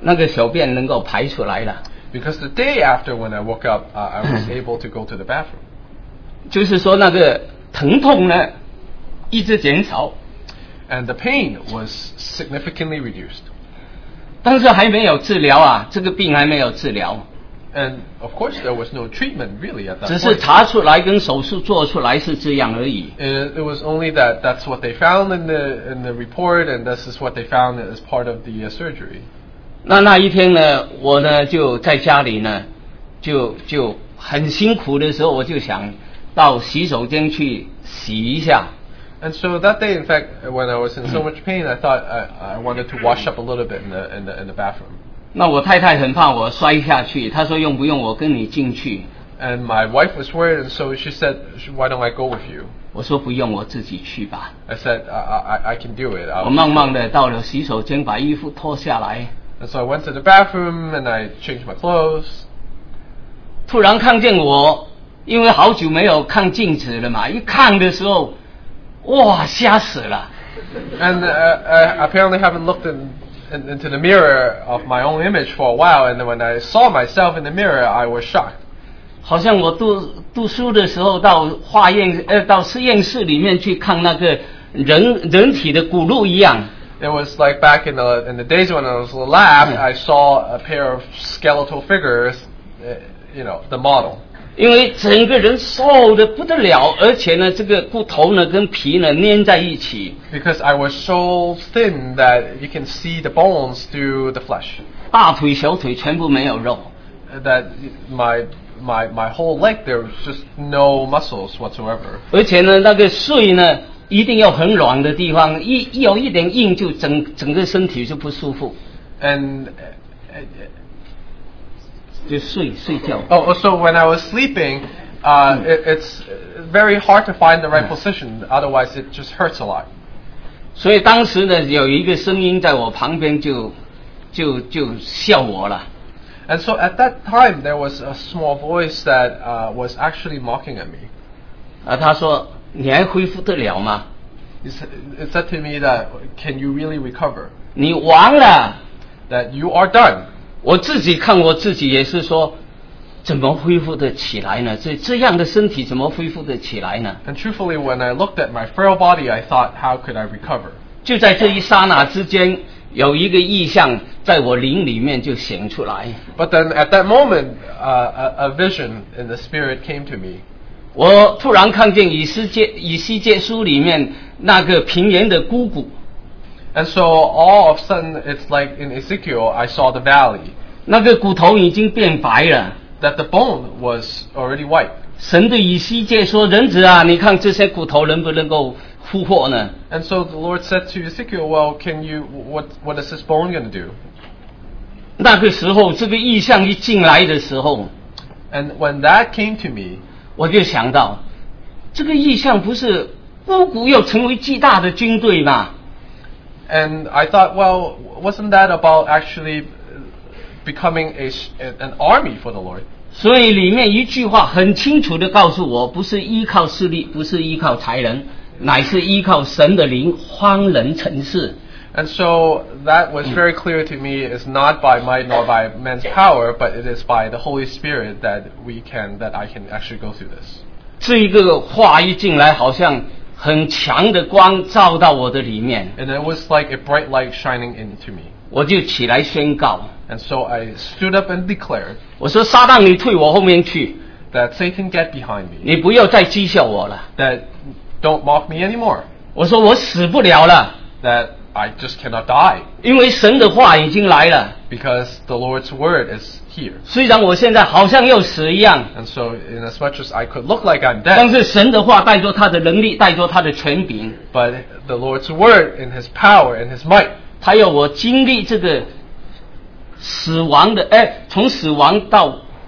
Speaker 3: 那个小便能够排出来了。
Speaker 6: Because the day after when I woke up, uh, I was able to go to the bathroom.
Speaker 3: 就是说那个疼痛呢一直减少，
Speaker 6: And the pain was significantly reduced.
Speaker 3: 但是还没有治疗啊，这个病还没有治疗。
Speaker 6: and of course there was no treatment really at that
Speaker 3: 只
Speaker 6: point.
Speaker 3: 是查出来跟手术做出来是这样而已。
Speaker 6: Uh, it was only that that's what they found in the in the report, and this is what they found as part of the uh, surgery.
Speaker 3: 那那一天呢，我呢就在家里呢，就就很辛苦的时候，我就想到洗手间去洗一下。
Speaker 6: And so that day, in fact, uh, when I was in so much pain, I thought I, I wanted to wash up a little bit in the in the, in the bathroom.
Speaker 3: 那我太太很怕我摔下去，她说用不用我跟你进去？
Speaker 6: And my wife was worried, and so she said, "Sh- "Why don't I go with you?"
Speaker 3: 我说不用，我自己去吧。
Speaker 6: I said, "I I, I can do it."
Speaker 3: 我
Speaker 6: I'll-
Speaker 3: 慢慢的到了洗手间，把衣服脱下来，
Speaker 6: And so I went to the bathroom and I changed my clothes.
Speaker 3: 突然看见我，因为好久没有看镜子了嘛，一看的时候，哇，吓死了！
Speaker 6: And uh, I apparently haven't looked in, in, into the mirror of my own image for a while. And when I saw myself in the mirror, I was shocked.
Speaker 3: 好像我读读书的时候到化验呃到实验室里面去看那个人人体的骨骼一样，
Speaker 6: It was like back in the in the days when I was in the lab. I saw a pair of skeletal figures, uh, you know, the model.
Speaker 3: 因为整个人瘦的不得了，而且呢这个骨头呢跟皮呢粘在一起，
Speaker 6: Because I was so thin that you can see the bones through the flesh.
Speaker 3: 大腿小腿全部没有肉，
Speaker 6: That my my my whole leg there was just no muscles whatsoever.
Speaker 3: 而且呢那个碎呢一定要很软的地方，一一有一点硬就整整个身体就不舒服，
Speaker 6: And uh, uh,
Speaker 3: 就睡睡觉。
Speaker 6: Oh, so when I was sleeping, uh, it, it's very hard to find the right position. Otherwise, it just hurts a lot.
Speaker 3: 所以当时呢有一个声音在我旁边就就就笑我了。
Speaker 6: And so at that time, there was a small voice that uh, was actually mocking at me.
Speaker 3: 啊，他说你还恢复得了吗？
Speaker 6: It s- it said to me that, "Can you really recover?
Speaker 3: 你完了！
Speaker 6: That you are done."
Speaker 3: 我自己看我自己也是说，怎么恢复得起来呢？这这样的身体怎么恢复得起来呢？
Speaker 6: And truthfully, when I looked at my frail body, I thought, "How could I recover?"
Speaker 3: 就在这一刹那之间，有一个意象在我灵里面就显出来。
Speaker 6: But then, at that moment, uh, a, a vision in the spirit came to me.
Speaker 3: 我突然看见以西结以西结书里面那个平原的姑姑，
Speaker 6: And so all of a sudden, it's like in Ezekiel, I saw the valley.
Speaker 3: 那个骨头已经变白了。
Speaker 6: that the bone was already white.
Speaker 3: 神对以西结说：“人子啊，你看这些骨头能不能够复活呢？”
Speaker 6: And so the Lord said to Ezekiel, "Well, can you? What what is this bone going to do?"
Speaker 3: 那个时候，这个意象一进来的时候，
Speaker 6: And when that came to me,
Speaker 3: 我就想到，这个意象不是乌古要成为巨大的军队吗？
Speaker 6: and I thought, well, wasn't that about actually uh, becoming a s- an army for the Lord?
Speaker 3: 所以里面一句话很清楚的告诉我，不是依靠势力，不是依靠才能，乃是依靠神的灵，方能成事。
Speaker 6: And so that was very clear to me. It's not by might nor by man's power, but it is by the Holy Spirit that we can that I can actually go through this.
Speaker 3: 这一个话一进来，好像很强的光照到我的里面，
Speaker 6: And it was like a bright light shining into me.
Speaker 3: 我就起来宣告，
Speaker 6: And so I stood up and declared
Speaker 3: 我说：“撒旦，你退我后面去，
Speaker 6: that Satan get behind me.
Speaker 3: 你不要再讥笑我了。
Speaker 6: that don't mock me anymore, ”
Speaker 3: 我说：“我死不了了，
Speaker 6: that I just cannot die
Speaker 3: 因为神的话已经来了。”
Speaker 6: because the Lord's word is here.
Speaker 3: 虽然我现在好像要死一样，
Speaker 6: And so, in as much as I could look like I'm
Speaker 3: 但
Speaker 6: dead,
Speaker 3: 是神的话带着他的能力，带着他的权柄，
Speaker 6: but the Lord's word in His power and His might,
Speaker 3: 他要我经历这个死亡的，哎，从死亡到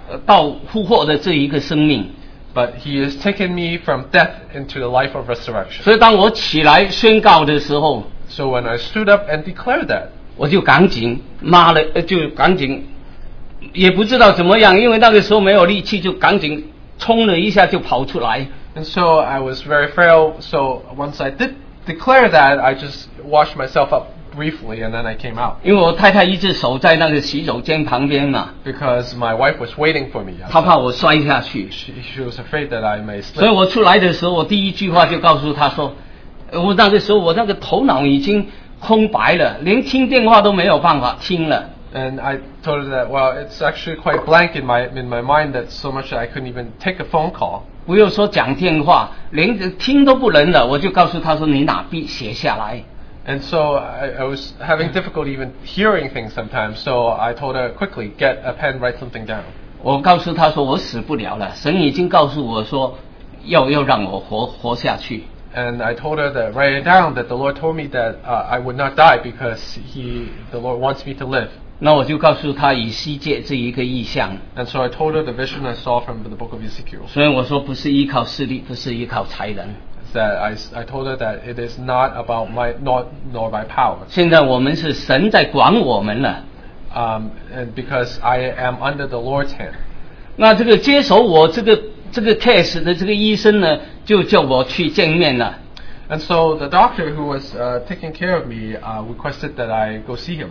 Speaker 3: 呃到复活的这一个生命。
Speaker 6: but He has taken me from death into the life of resurrection.
Speaker 3: 所以当我起来宣告的时候，
Speaker 6: So when I stood up and declared that,
Speaker 3: 我就赶紧妈了，呃就赶紧，也不知道怎么样，因为那个时候没有力气，就赶紧冲了一下就跑出来。
Speaker 6: and so I was very frail. So once I did declare that, I just washed myself up briefly and then I came out
Speaker 3: 因为我太太一直守在那个洗手间旁边嘛，
Speaker 6: because my wife was waiting for me.
Speaker 3: 她怕我摔下去。
Speaker 6: She, she was afraid that I may slip.
Speaker 3: 所以我出来的时候，我第一句话就告诉他说，呃我那个时候我那个头脑已经空白了，连听电话都没有办法听了。
Speaker 6: And I told her that, well, it's actually quite blank in my in my mind that so much that I couldn't even take a phone call.
Speaker 3: 不用说讲电话，连听都不能了，我就告诉他说你哪必写下来。
Speaker 6: And so I, I was having difficulty even hearing things sometimes. So I told her quickly, get a pen, write something down.
Speaker 3: 我告诉他说我死不了了，神已经告诉我说要要让我活活下去。
Speaker 6: And I told her that write it down. That the Lord told me that uh, I would not die because He, the Lord wants me to live.
Speaker 3: 那我就告诉他以西界这一个意象，
Speaker 6: And so I told her the vision I saw from the book of Ezekiel.
Speaker 3: 所以我说不是依靠势力，不是依靠才能。
Speaker 6: That I, s- I told her that it is not about my not nor by power,
Speaker 3: 现在我们是神在管我们了。
Speaker 6: um, and because I am under the Lord's hand.
Speaker 3: 那这个接手我这个这个 case 的这个医生呢，就叫我去见面了。
Speaker 6: And so the doctor who was uh, taking care of me uh, requested that I go see him.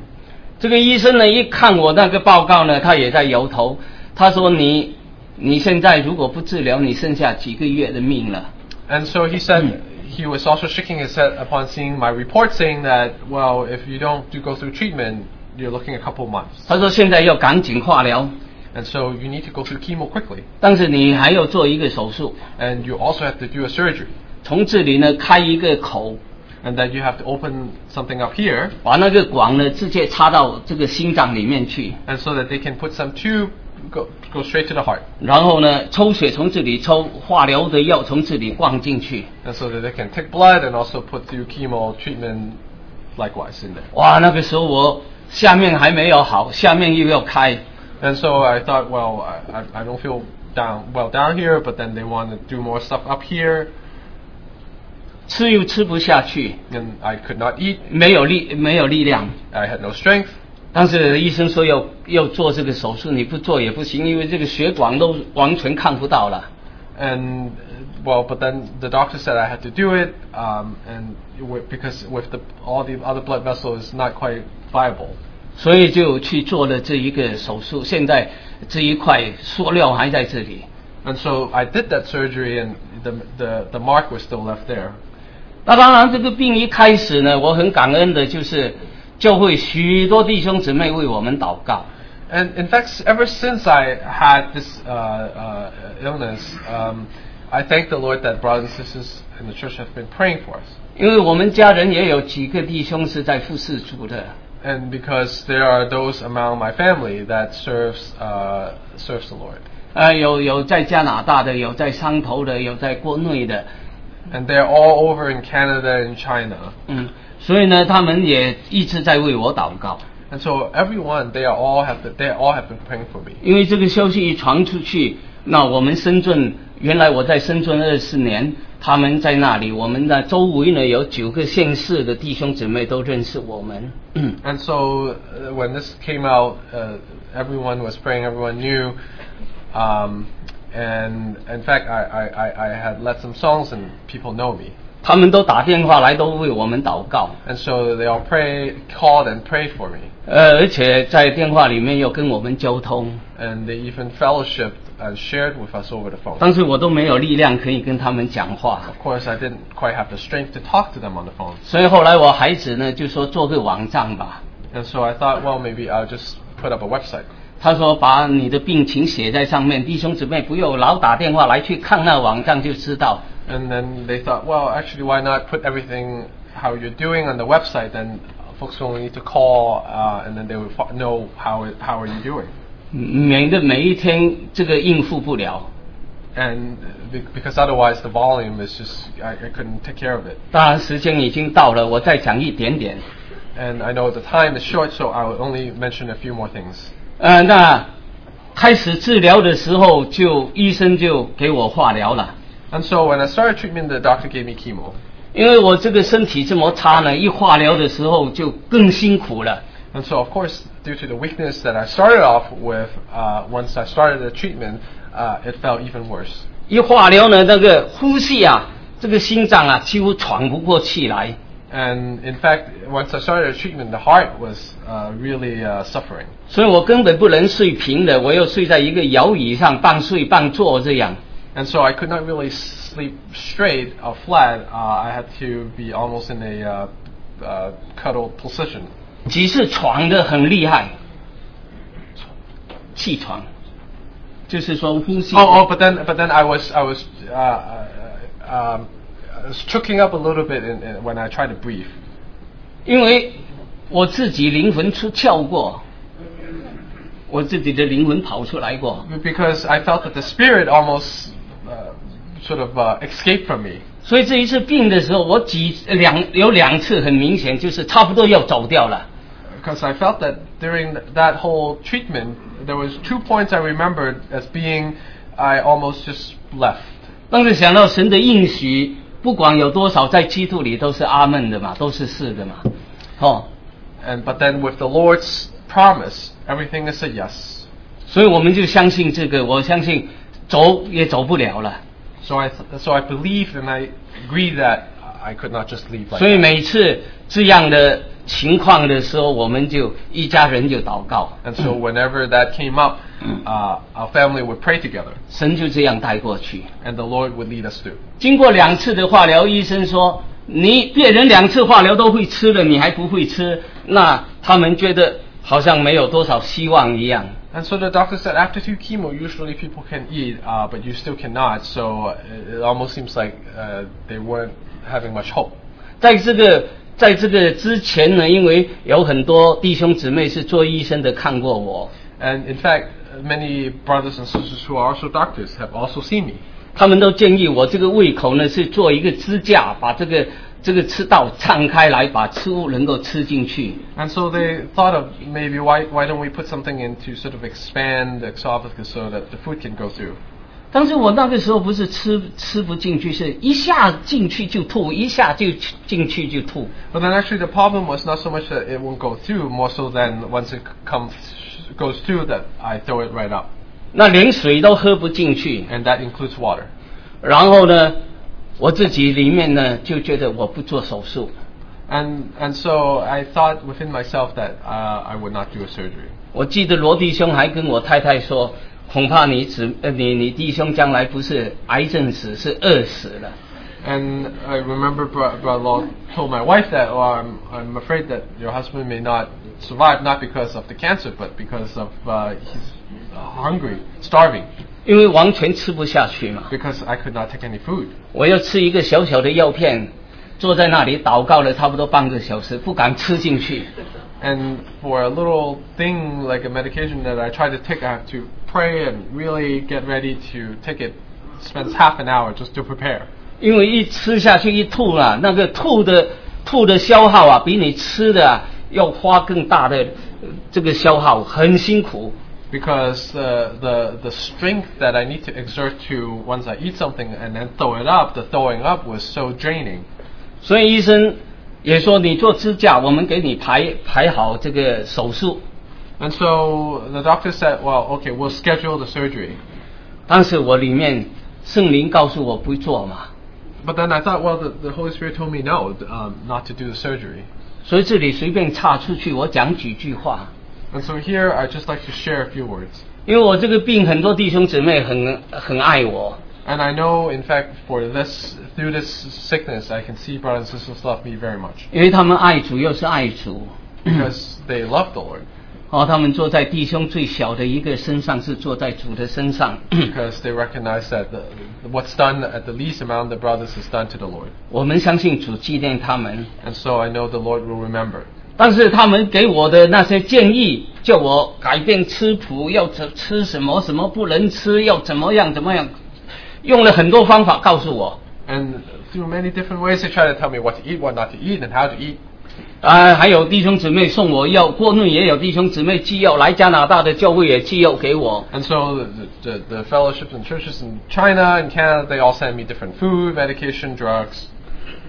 Speaker 3: 这个医生呢，一看我那个报告呢，他也在摇头。他说你你现在如果不治疗，你剩下几个月的命了。
Speaker 6: And so he said he was also shaking his head upon seeing my report, saying that well, if you don't do go through treatment, you're looking a couple months.
Speaker 3: 他说现在要赶紧化疗，
Speaker 6: And so you need to go through chemo quickly,
Speaker 3: 但是你还要做一个手术，
Speaker 6: and you also have to do a surgery,
Speaker 3: 从这里呢开一个口，
Speaker 6: and that you have to open something up here,
Speaker 3: 把那个管呢直接插到这个心脏里面去，
Speaker 6: and so that they can put some tube go go straight to the heart,
Speaker 3: 然后呢抽血从这里抽，化疗的药从这里灌进去。
Speaker 6: and so that they can take blood and also put through chemo treatment, likewise in there.
Speaker 3: 哇，那个时候我下面还没有好，下面又要开，
Speaker 6: And so I thought, well, I, I- I don't feel down well down here, but then they want to do more stuff up here,
Speaker 3: 吃又吃不下去，
Speaker 6: and I could not eat.
Speaker 3: 没有力没有力量。
Speaker 6: I had no strength.
Speaker 3: 但是医生说要要做这个手术，你不做也不行，因为这个血管都完全看不到了。
Speaker 6: And uh, well, but then the doctor said I had to do it, um, and it wa- because with the, all the other blood vessels, not quite viable.
Speaker 3: 所以就去做了这一个手术，现在这一块塑料还在这里。
Speaker 6: And so I did that surgery, and the the, the mark was still left there.
Speaker 3: 那当然，这个病一开始呢，我很感恩的就是教会许多弟兄姊妹为我们祷告。
Speaker 6: And in fact, s- ever since I had this uh, uh, illness, um, I thank the Lord that brothers and sisters in the church have been praying for us.
Speaker 3: 因为我们家人也有几个弟兄是在服侍主的，
Speaker 6: And because there are those among my family that serves uh, serves the Lord.
Speaker 3: 呃，有有在加拿大的，有在汕头的，有在国内的，
Speaker 6: and they're all over in Canada and China.
Speaker 3: 嗯，所以呢，他们也一直在为我祷告。
Speaker 6: And so everyone, they are all have been, they all have been praying for me.
Speaker 3: 因为这个消息一传出去，那我们深圳原来我在深圳二十年，他们在那里，我们的周围呢有九个县市的弟兄姊妹都认识我们。
Speaker 6: And so uh, when this came out, uh, everyone was praying. Everyone knew. Um, and in fact, I, I, I- I had led some songs and people know me.
Speaker 3: 他们都打电话来，都为我们祷告，
Speaker 6: And so they all pray, called and prayed for me.
Speaker 3: 呃，而且在电话里面又跟我们交通，
Speaker 6: And they even fellowshipped and shared with us over the phone.
Speaker 3: 但是我都没有力量可以跟他们讲话，
Speaker 6: Of course, I didn't quite have the strength to talk to them on the phone.
Speaker 3: 所以后来我孩子呢就说做个网站吧，
Speaker 6: And so I thought, well, maybe I'll just put up a website.
Speaker 3: 他说把你的病情写在上面，弟兄姊妹不用老打电话来去看那网站就知道。
Speaker 6: And then they thought, well, actually, why not put everything how you're doing on the website? Then folks will need to call, uh, and then they would fo- know how it, how are you doing.
Speaker 3: 免得每一天这个应付不了。
Speaker 6: And be- because otherwise, the volume is just I, I couldn't take care of it.
Speaker 3: 当然时间已经到了，我再讲一点点。
Speaker 6: And I know the time is short, so I will only mention a few more things.
Speaker 3: 呃，那开始治疗的时候就，医生就给我化疗了，
Speaker 6: And so when I started treatment, the doctor gave me chemo.
Speaker 3: 因为我这个身体这么差呢，一化疗的时候就更辛苦了。
Speaker 6: And so, of course, due to the weakness that I started off with, uh, once I started the treatment, uh, it felt even worse.
Speaker 3: 一化疗呢，那个呼吸啊，这个心脏啊，几乎喘不过气来。
Speaker 6: And in fact, once I started treatment, the heart was uh, really uh, suffering.
Speaker 3: 所以我根本不能睡平的，我又睡在一个摇椅上，半睡半坐这样。
Speaker 6: And so I could not really sleep straight or flat. Uh, I had to be almost in a uh, uh, cuddled position.
Speaker 3: 几次喘得很厉害，气喘，就是说呼吸。
Speaker 6: Oh, oh, but then, but then I was, I was, uh, uh, um, I was choking up a little bit in, in, when I tried to breathe.
Speaker 3: 因为我自己灵魂出窍过，我自己的灵魂跑出来过，
Speaker 6: because I felt that the spirit almost uh, sort of uh, escaped from me.
Speaker 3: 所以这一次病的时候，我几两有两次很明显就是差不多要走掉了。
Speaker 6: Because I felt that during th- that whole treatment, there was two points I remembered as being I almost just left.
Speaker 3: 但是想到神的应许，不管有多少在基督里都是阿门的嘛，都是是的嘛，哦，
Speaker 6: And but then with the Lord's promise, everything is a yes.
Speaker 3: 所以我们就相信这个，我相信走也走不了了。
Speaker 6: So I, th- so I believed and I agreed that I could not just leave. Like
Speaker 3: 所以
Speaker 6: that.
Speaker 3: 每次这样的情况的时候，我们就一家人就祷告，
Speaker 6: And so whenever that came up, uh, our family would pray together,
Speaker 3: 神就这样带过去。
Speaker 6: and the Lord would lead us through.
Speaker 3: 经过两次的化疗，医生说你别人两次化疗都会吃了，你还不会吃，那他们觉得好像没有多少希望一样。
Speaker 6: And so the doctor said, after two chemo, usually people can eat, uh, but you still cannot. So it, it almost seems like uh, they weren't having much hope.
Speaker 3: 在这个在这个之前呢，因为有很多弟兄姊妹是做医生的看过我，
Speaker 6: And in fact, many brothers and sisters who are also doctors have also seen me.
Speaker 3: 他们都建议我这个胃口呢是做一个支架，把这个这个吃道敞开来，把食物能够吃进去。
Speaker 6: And so they thought of maybe why, why don't we put something in to sort of expand the esophagus so that the food can go through.
Speaker 3: 但是我那个时候不是吃吃不进去，是一下进去就吐，一下就进去就吐。
Speaker 6: But then actually the problem was not so much that it won't go through, more so than once it comes goes through that I throw it right up,
Speaker 3: 那连水都喝不进去，
Speaker 6: and that includes water.
Speaker 3: 然后呢，我自己里面呢就觉得我不做手术，
Speaker 6: And and so I thought within myself that uh, I would not do a surgery.
Speaker 3: 我记得罗弟兄还跟我太太说，恐怕你姊呃你你弟兄将来不是癌症死，是饿死了。
Speaker 6: And I remember Bra- Brother Law told my wife that, oh, I'm, I'm afraid that your husband may not survive, not because of the cancer, but because of uh, he's hungry, starving,
Speaker 3: 因为完全吃不下去嘛，
Speaker 6: because I could not take any food.
Speaker 3: 我要吃一个小小的药片，坐在那里祷告了差不多半个小时，不敢吃进去。
Speaker 6: And for a little thing like a medication that I try to take, I have to pray and really get ready to take it. Spends half an hour just to prepare.
Speaker 3: 因为一吃下去一吐啊，那个吐的吐的消耗啊，比你吃的、啊、要花更大的呃这个消耗，很辛苦。
Speaker 6: because uh, the the strength that I need to exert to once I eat something and then throw it up, the throwing up was so draining.
Speaker 3: 所以医生也说，你做支架，我们给你排排好这个手术。
Speaker 6: And so the doctor said, "Well, okay, we'll schedule the surgery."
Speaker 3: 但是我里面圣灵告诉我不做嘛，
Speaker 6: But then I thought, well, the, the Holy Spirit told me no, um, not to do the surgery.
Speaker 3: 所以这里随便岔出去，我讲几句话。
Speaker 6: And so here I'd just like to share a few words.
Speaker 3: 因为我这个病，很多弟兄姊妹很很爱我，
Speaker 6: And I know, in fact, for this through this sickness, I can see brothers and sisters love me very much
Speaker 3: 因为他们爱主又是爱主，
Speaker 6: because they love the Lord
Speaker 3: 哦，他们坐在弟兄最小的一个身上，是坐在主的身上。
Speaker 6: because they recognize that the, what's done at the least amount the brothers is done to the Lord.
Speaker 3: 我们相信主纪念他们，
Speaker 6: And so I know the Lord will remember.
Speaker 3: 但是他们给我的那些建议，叫我改变吃谱，要吃吃什么，什么不能吃，要怎么样怎么样，用了很多方法告诉我。
Speaker 6: And through many different ways, they try to tell me what to eat, what not to eat, and how to eat.
Speaker 3: 啊，还有弟兄姊妹送我药，国内也有弟兄姊妹寄药，来加拿大的教会也寄药给我。
Speaker 6: And so the, the, the fellowships and churches in China and Canada, they all send me different food, medication, drugs.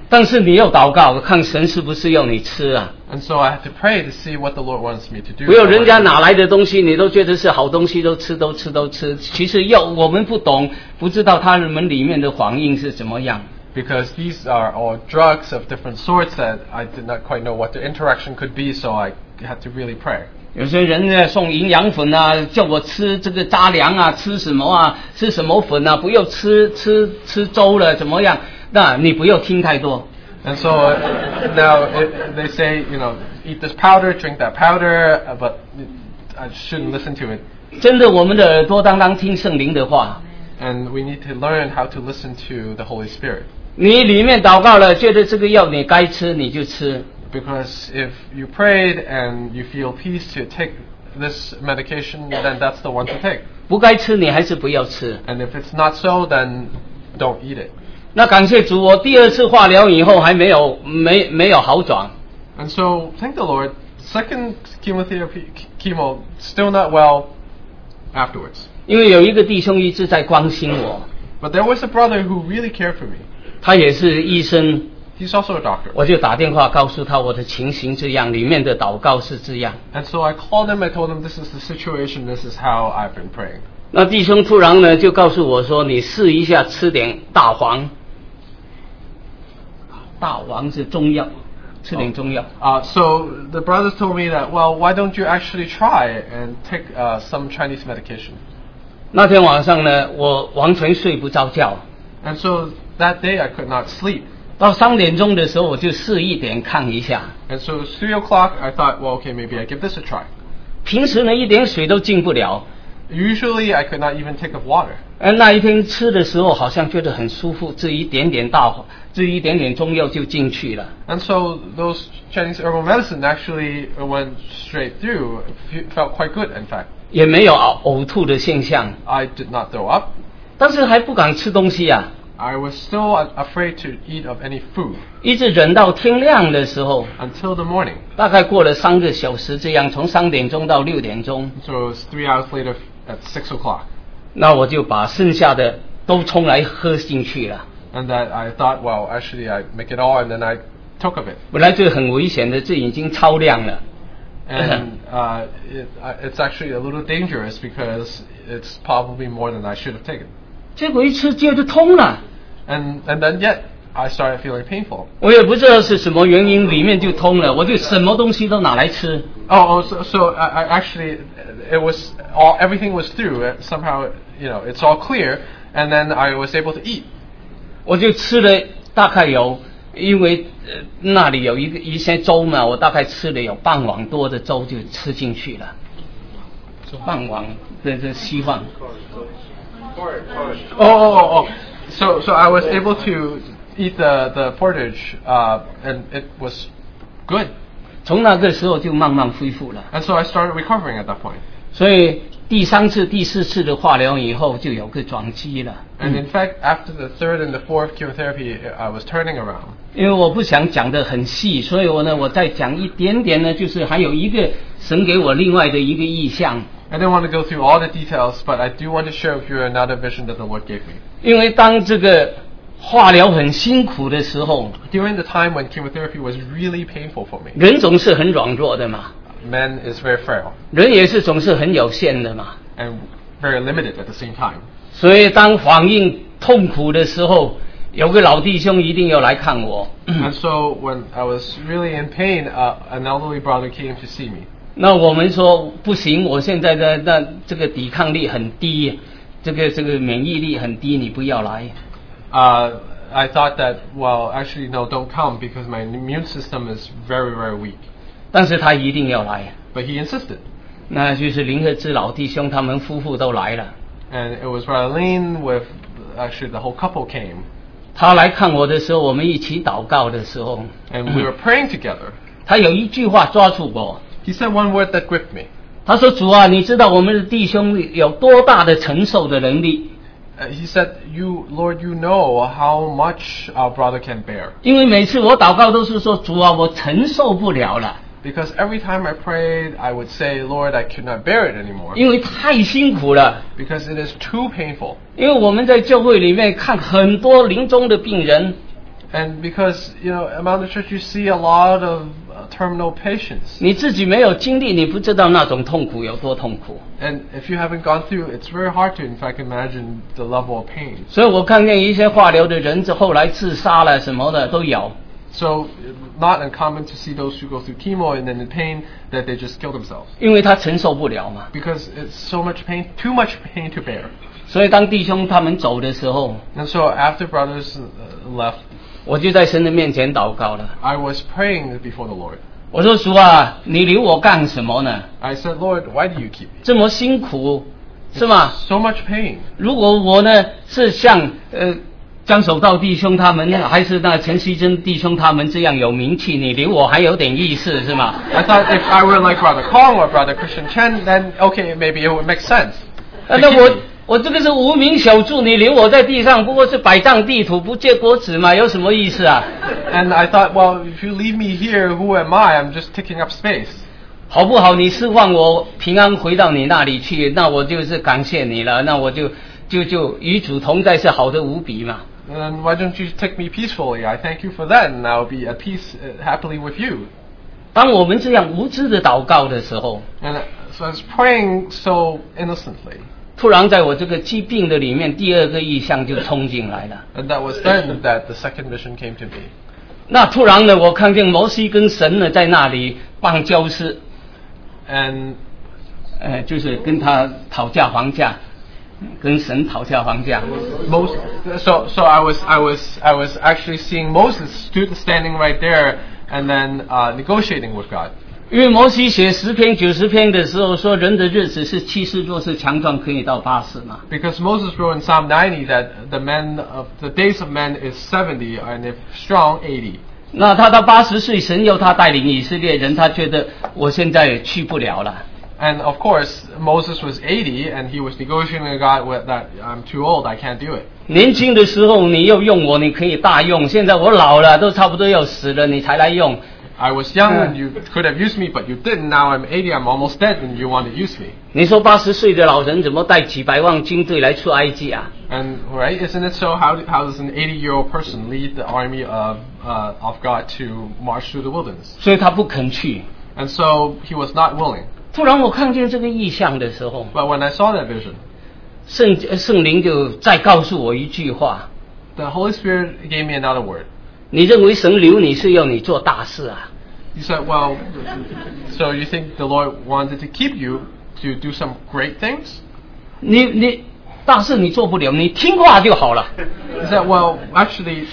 Speaker 3: 但是你要祷告，看神是不是要你吃啊？
Speaker 6: And so I have to pray to see what the Lord wants me to do.
Speaker 3: 不要人家哪来的东西，你都觉得是好东西，都吃都吃都吃。其实药我们不懂，不知道他们里面的反应是怎么样。
Speaker 6: Because these are all drugs of different sorts that I did not quite know what the interaction could be, so I had to really pray.
Speaker 3: 有些人呢送营养粉啊，叫我吃这个杂粮啊，吃什么啊，吃什么粉啊，不要吃吃吃粥了，怎么样？那你不要听太多，
Speaker 6: And so uh, now it, they say, you know, eat this powder, drink that powder, uh, but I shouldn't listen to it.
Speaker 3: 真的，我们的耳朵当当听圣灵的话。
Speaker 6: And we need to learn how to listen to the Holy Spirit.
Speaker 3: 你里面祷告了，觉得这个药你该吃你就吃，
Speaker 6: Because if you prayed and you feel peace to take this medication, then that's the one to take.
Speaker 3: 不该吃你还是不要吃。
Speaker 6: And if it's not so, then don't eat it.
Speaker 3: 那感谢主，我第二次化疗以后还没有没没有好转，
Speaker 6: And so, thank the Lord, second chemotherapy, chemo, still not well afterwards.
Speaker 3: 因为有一个弟兄一直在关心我，
Speaker 6: But there was a brother who really cared for me.
Speaker 3: 他也是医生，
Speaker 6: He's also a doctor.
Speaker 3: 我就打电话告诉他我的情形这样，里面的祷告是这样。
Speaker 6: And so I called him, I told him, this is the situation, this is how I've been praying.
Speaker 3: 那弟兄突然呢就告诉我说，你试一下吃点大黄，大黄是中药，吃点中药。
Speaker 6: Uh, so the brothers told me that, well, why don't you actually try and take uh, some Chinese medication?
Speaker 3: 那天晚上呢，我完全睡不着觉，
Speaker 6: And so that day I could not sleep.
Speaker 3: 到三点钟的时候我就试一点看一下。
Speaker 6: And so it was 3 o'clock, I thought, well, okay, maybe I give this a try.
Speaker 3: 平时呢一点水都进不了，
Speaker 6: Usually I could not even take up water.
Speaker 3: 哎，那一天吃的时候好像觉得很舒服，这一点点大黄，这一点点中药就进去了。
Speaker 6: And so those Chinese herbal medicine actually went straight through, Fe- felt quite good, in fact.
Speaker 3: 也没有呕呕吐的现象，
Speaker 6: I did not throw up.
Speaker 3: 但是还不敢吃东西啊，
Speaker 6: I was still a- afraid to eat of any food
Speaker 3: 一直忍到天亮的时候，
Speaker 6: until the morning.
Speaker 3: 大概过了三个小时这样，从三点钟到六点钟，
Speaker 6: So it was three hours later at 6 o'clock.
Speaker 3: 那我就把剩下的都冲来喝进去了。
Speaker 6: And that I thought, well, actually, I make it all, and then I took of it.
Speaker 3: 本来这很危险的，这已经超量了。
Speaker 6: And uh, it, uh, it's actually a little dangerous because it's probably more than I should have taken.
Speaker 3: 结果一吃觉得通了，
Speaker 6: And, and then yet, I started feeling painful.
Speaker 3: 我也不知道是什么原因，里面就通了，我就什么东西都拿来吃。
Speaker 6: Oh, oh so, so I, I actually, it was all everything was through. It, somehow, you know, it's all clear, and then I was able to eat.
Speaker 3: 我就吃了大概有，因为呃那里有一个一些粥嘛，我大概吃了有半碗多的粥就吃进去了，半碗这这哦稀饭。
Speaker 6: Oh, oh, oh, oh. So, so I was able to eat the the porridge, uh, and it was good.
Speaker 3: 从那个时候就慢慢恢复了，
Speaker 6: And so I started recovering at that point.
Speaker 3: 所以第三次、第四次的化疗以后就有个转机了。
Speaker 6: And in fact, after the third and the fourth chemotherapy, I was turning around.
Speaker 3: 因为我不想讲得很细，所以我呢，我再讲一点点呢，就是还有一个神给我另外的一个意向，
Speaker 6: I didn't want to go through all the details, but I do want to share with you another vision that the Lord gave me.
Speaker 3: 因为当这个化疗很辛苦的时候，
Speaker 6: During the time when chemotherapy was really painful for me,
Speaker 3: 人总是很软弱的嘛，
Speaker 6: man is very frail
Speaker 3: 人也是总是很有限的嘛，
Speaker 6: and very limited at the same time.
Speaker 3: 所以当反应痛苦的时候，有个老弟兄一定要来看我。
Speaker 6: And so when I was really in pain, uh, an elderly brother came to see me.
Speaker 3: 那我们说不行，我现在的那这个抵抗力很低，这个这个免疫力很低，你不要来。
Speaker 6: Uh, I thought that, well, actually, no, don't come because my immune system is very, very weak.
Speaker 3: 但是他一定要来，
Speaker 6: But he insisted.
Speaker 3: 那就是林和之老弟兄他们夫妇都来了。
Speaker 6: And it was Raylene with, actually, the whole couple came.
Speaker 3: 他来看我的时候，我们一起祷告的时候，
Speaker 6: And we were praying together.
Speaker 3: 他有一句话抓住我，
Speaker 6: He said one word that gripped me.
Speaker 3: 他说：“主啊，你知道我们的弟兄有多大的承受的能力？
Speaker 6: Uh, he said, "You, Lord, you know how much our brother can bear."
Speaker 3: 因为每次我祷告都是说，主啊，我承受不了了，
Speaker 6: Because every time I prayed, I would say, "Lord, I cannot bear it anymore,"
Speaker 3: 因为太辛苦了。
Speaker 6: because it is too painful,
Speaker 3: 因为我们在教会里面看很多临终的病人，
Speaker 6: and because you know, among the church, you see a lot of uh, terminal patients,
Speaker 3: 你自己没有经历，你不知道那种痛苦有多痛苦。
Speaker 6: and if you haven't gone through, it's very hard to, in fact, imagine the level of pain.
Speaker 3: 所以我看见一些化疗的人，这后来自杀了什么的都有。
Speaker 6: So, not uncommon to see those who go through chemo and then in pain that they just kill themselves
Speaker 3: 因为他承受不了嘛，
Speaker 6: because it's so much pain, too much pain to bear.
Speaker 3: 所以当弟兄他们走的时候，
Speaker 6: And so, after brothers uh, left,
Speaker 3: 我就在神的面前祷告了。
Speaker 6: I was praying before the Lord.
Speaker 3: 我说主啊，你留我干什么呢？
Speaker 6: I said, Lord, why do you keep me?
Speaker 3: 这么辛苦，是吗？
Speaker 6: So much pain.
Speaker 3: 如果我呢是像呃张守道弟兄他们，还是那陈锡珍弟兄他们这样有名气，你留我还有点意思是吗？
Speaker 6: I thought if I were like Brother Kong or Brother Christian Chen, then okay, maybe it would make sense. to
Speaker 3: 啊那
Speaker 6: keep
Speaker 3: 我
Speaker 6: me.
Speaker 3: 我这个是无名小卒，你留我在地上，不过是百丈地土，不结果子嘛，有什么意思啊？
Speaker 6: And I thought, well, if you leave me here, who am I? I'm just taking up space.
Speaker 3: 好不好？你释放我平安回到你那里去，那我就是感谢你了，那我就就就与主同在是好的无比嘛。
Speaker 6: And then why don't you take me peacefully? I thank you for that, and I'll be at peace uh, happily with you.
Speaker 3: 当我们这样无知的祷告的时候，
Speaker 6: And uh, so I was praying so innocently.
Speaker 3: 突然在我这个疾病的里面，第二个意象就冲进来了。
Speaker 6: And that was then that the second vision came to me.
Speaker 3: 那突然呢，我看见摩西跟神呢在那里办交涉，
Speaker 6: And
Speaker 3: 呃，就是跟他讨价还价，跟神讨价还价。
Speaker 6: Moses, so so I was I was I was actually seeing Moses stood standing right there and then uh, negotiating with God
Speaker 3: 因为摩西写十篇九十篇的时候说，人的日子是七十，若是强壮，可以到八十嘛。
Speaker 6: because Moses wrote in Psalm 90 that the men of the days of men is 70 and if strong 80.
Speaker 3: 那他到八十岁，神要他带领以色列人，他觉得我现在也去不了了。
Speaker 6: And of course Moses was 80 and he was negotiating with God with that I'm too old I can't do it.
Speaker 3: 年轻的时候你又用我，你可以大用。现在我老了，都差不多要死了，你才来用。
Speaker 6: I was young and you could have used me but you didn't. Now I'm 80 I'm almost dead and you want to use me.
Speaker 3: 你说八十岁的老人怎么带几百万军队来出埃及啊？
Speaker 6: And right, isn't it so? How, how does an 80-year-old person lead the army of uh, of God to march through the wilderness?
Speaker 3: 所以他不肯去。
Speaker 6: And so he was not willing.
Speaker 3: 突然我看见这个意象的时候，
Speaker 6: But when I saw that vision,
Speaker 3: 圣呃圣灵就再告诉我一句话：
Speaker 6: the Holy Spirit gave me another word.
Speaker 3: 你认为神留你是要你做大事啊？
Speaker 6: He said, "Well, so you think the Lord wanted to keep you to do some great things?"
Speaker 3: 你你大事你做不了，你听话就好了。
Speaker 6: He said, "Well, actually,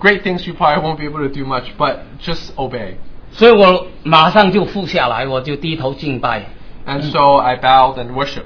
Speaker 6: great things you probably won't be able to do much, but just obey."
Speaker 3: 所以我马上就俯下来，我就低头敬拜。
Speaker 6: And so I bowed and worshipped.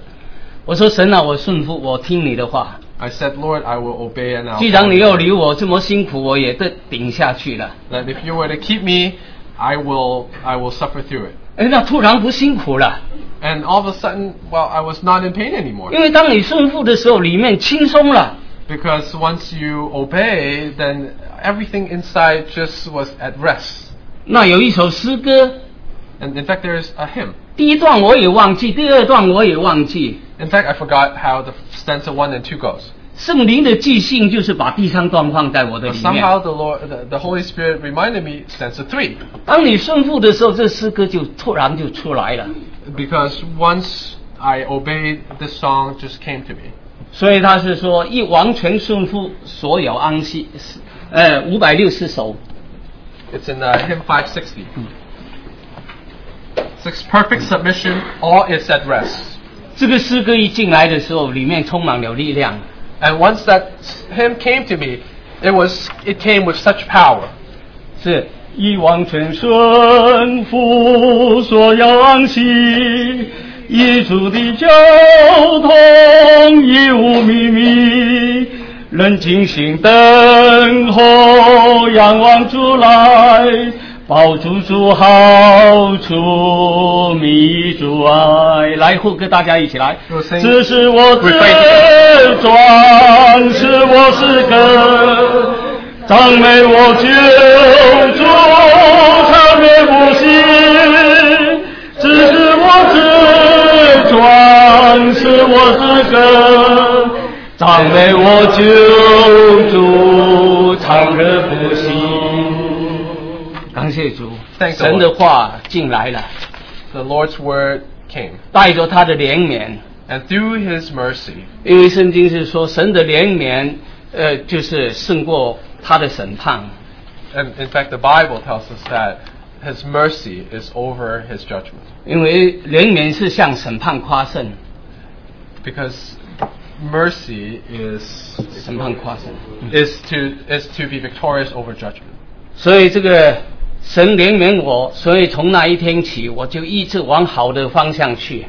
Speaker 3: 我说神啊，我顺服，我听你的话。
Speaker 6: I said, "Lord, I will obey and I'll."
Speaker 3: 既
Speaker 6: follow
Speaker 3: 然你
Speaker 6: you."
Speaker 3: 要留我这么辛苦，我也得顶下去了。
Speaker 6: that if you were to keep me, I will I will suffer through it.
Speaker 3: 哎，那突然不辛苦了，
Speaker 6: And all of a sudden, well, I was not in pain anymore
Speaker 3: 因为当你顺服的时候，里面轻松了。
Speaker 6: because once you obey, then everything inside just was at rest.
Speaker 3: 那有一首诗歌，
Speaker 6: And in fact, there's a hymn.
Speaker 3: 第一段我也忘记，第二段我也忘记。
Speaker 6: In fact, I forgot how the stanza one and two goes.
Speaker 3: 圣灵的记性就是把第三段放在我的
Speaker 6: But
Speaker 3: 里面。
Speaker 6: somehow the Lord, the, the Holy Spirit reminded me stanza three
Speaker 3: 当你顺服的时候，这诗歌就突然就出来了。
Speaker 6: because once I obeyed, this song just came to me.
Speaker 3: 所以他是说，一完全顺服所有安息，呃，五百六十首。
Speaker 6: It's in uh, hymn 560. Six perfect submission, all is at rest.
Speaker 3: 这个诗歌一进来的时候，里面充满了力量。
Speaker 6: And once that hymn came to me, it was it came with such power.
Speaker 3: 是一往全顺服所要安息，一主的交通一无秘密，人静心等候，仰望主来，保住主好处，迷主爱。来，后跟大家一起来。
Speaker 6: 我声音
Speaker 3: 这是我自转，是我是根。赞美我救主，超越无形，只是我自转，是我自根。赞美我救主，长乐不息。感谢主
Speaker 6: Thank，the Lord
Speaker 3: 神的话进来了，
Speaker 6: The Lord's word came,
Speaker 3: 带着他的怜悯，
Speaker 6: and through His mercy,
Speaker 3: 因为圣经是说神的怜悯，呃，就是胜过他的审判。
Speaker 6: and in fact, the Bible tells us that His mercy is over His judgment,
Speaker 3: 因为人民是向审判夸胜，
Speaker 6: because mercy is
Speaker 3: 审判夸胜，嗯
Speaker 6: is to is to be victorious over judgment.
Speaker 3: 所以这个神怜悯我，所以从那一天起，我就一直往好的方向去。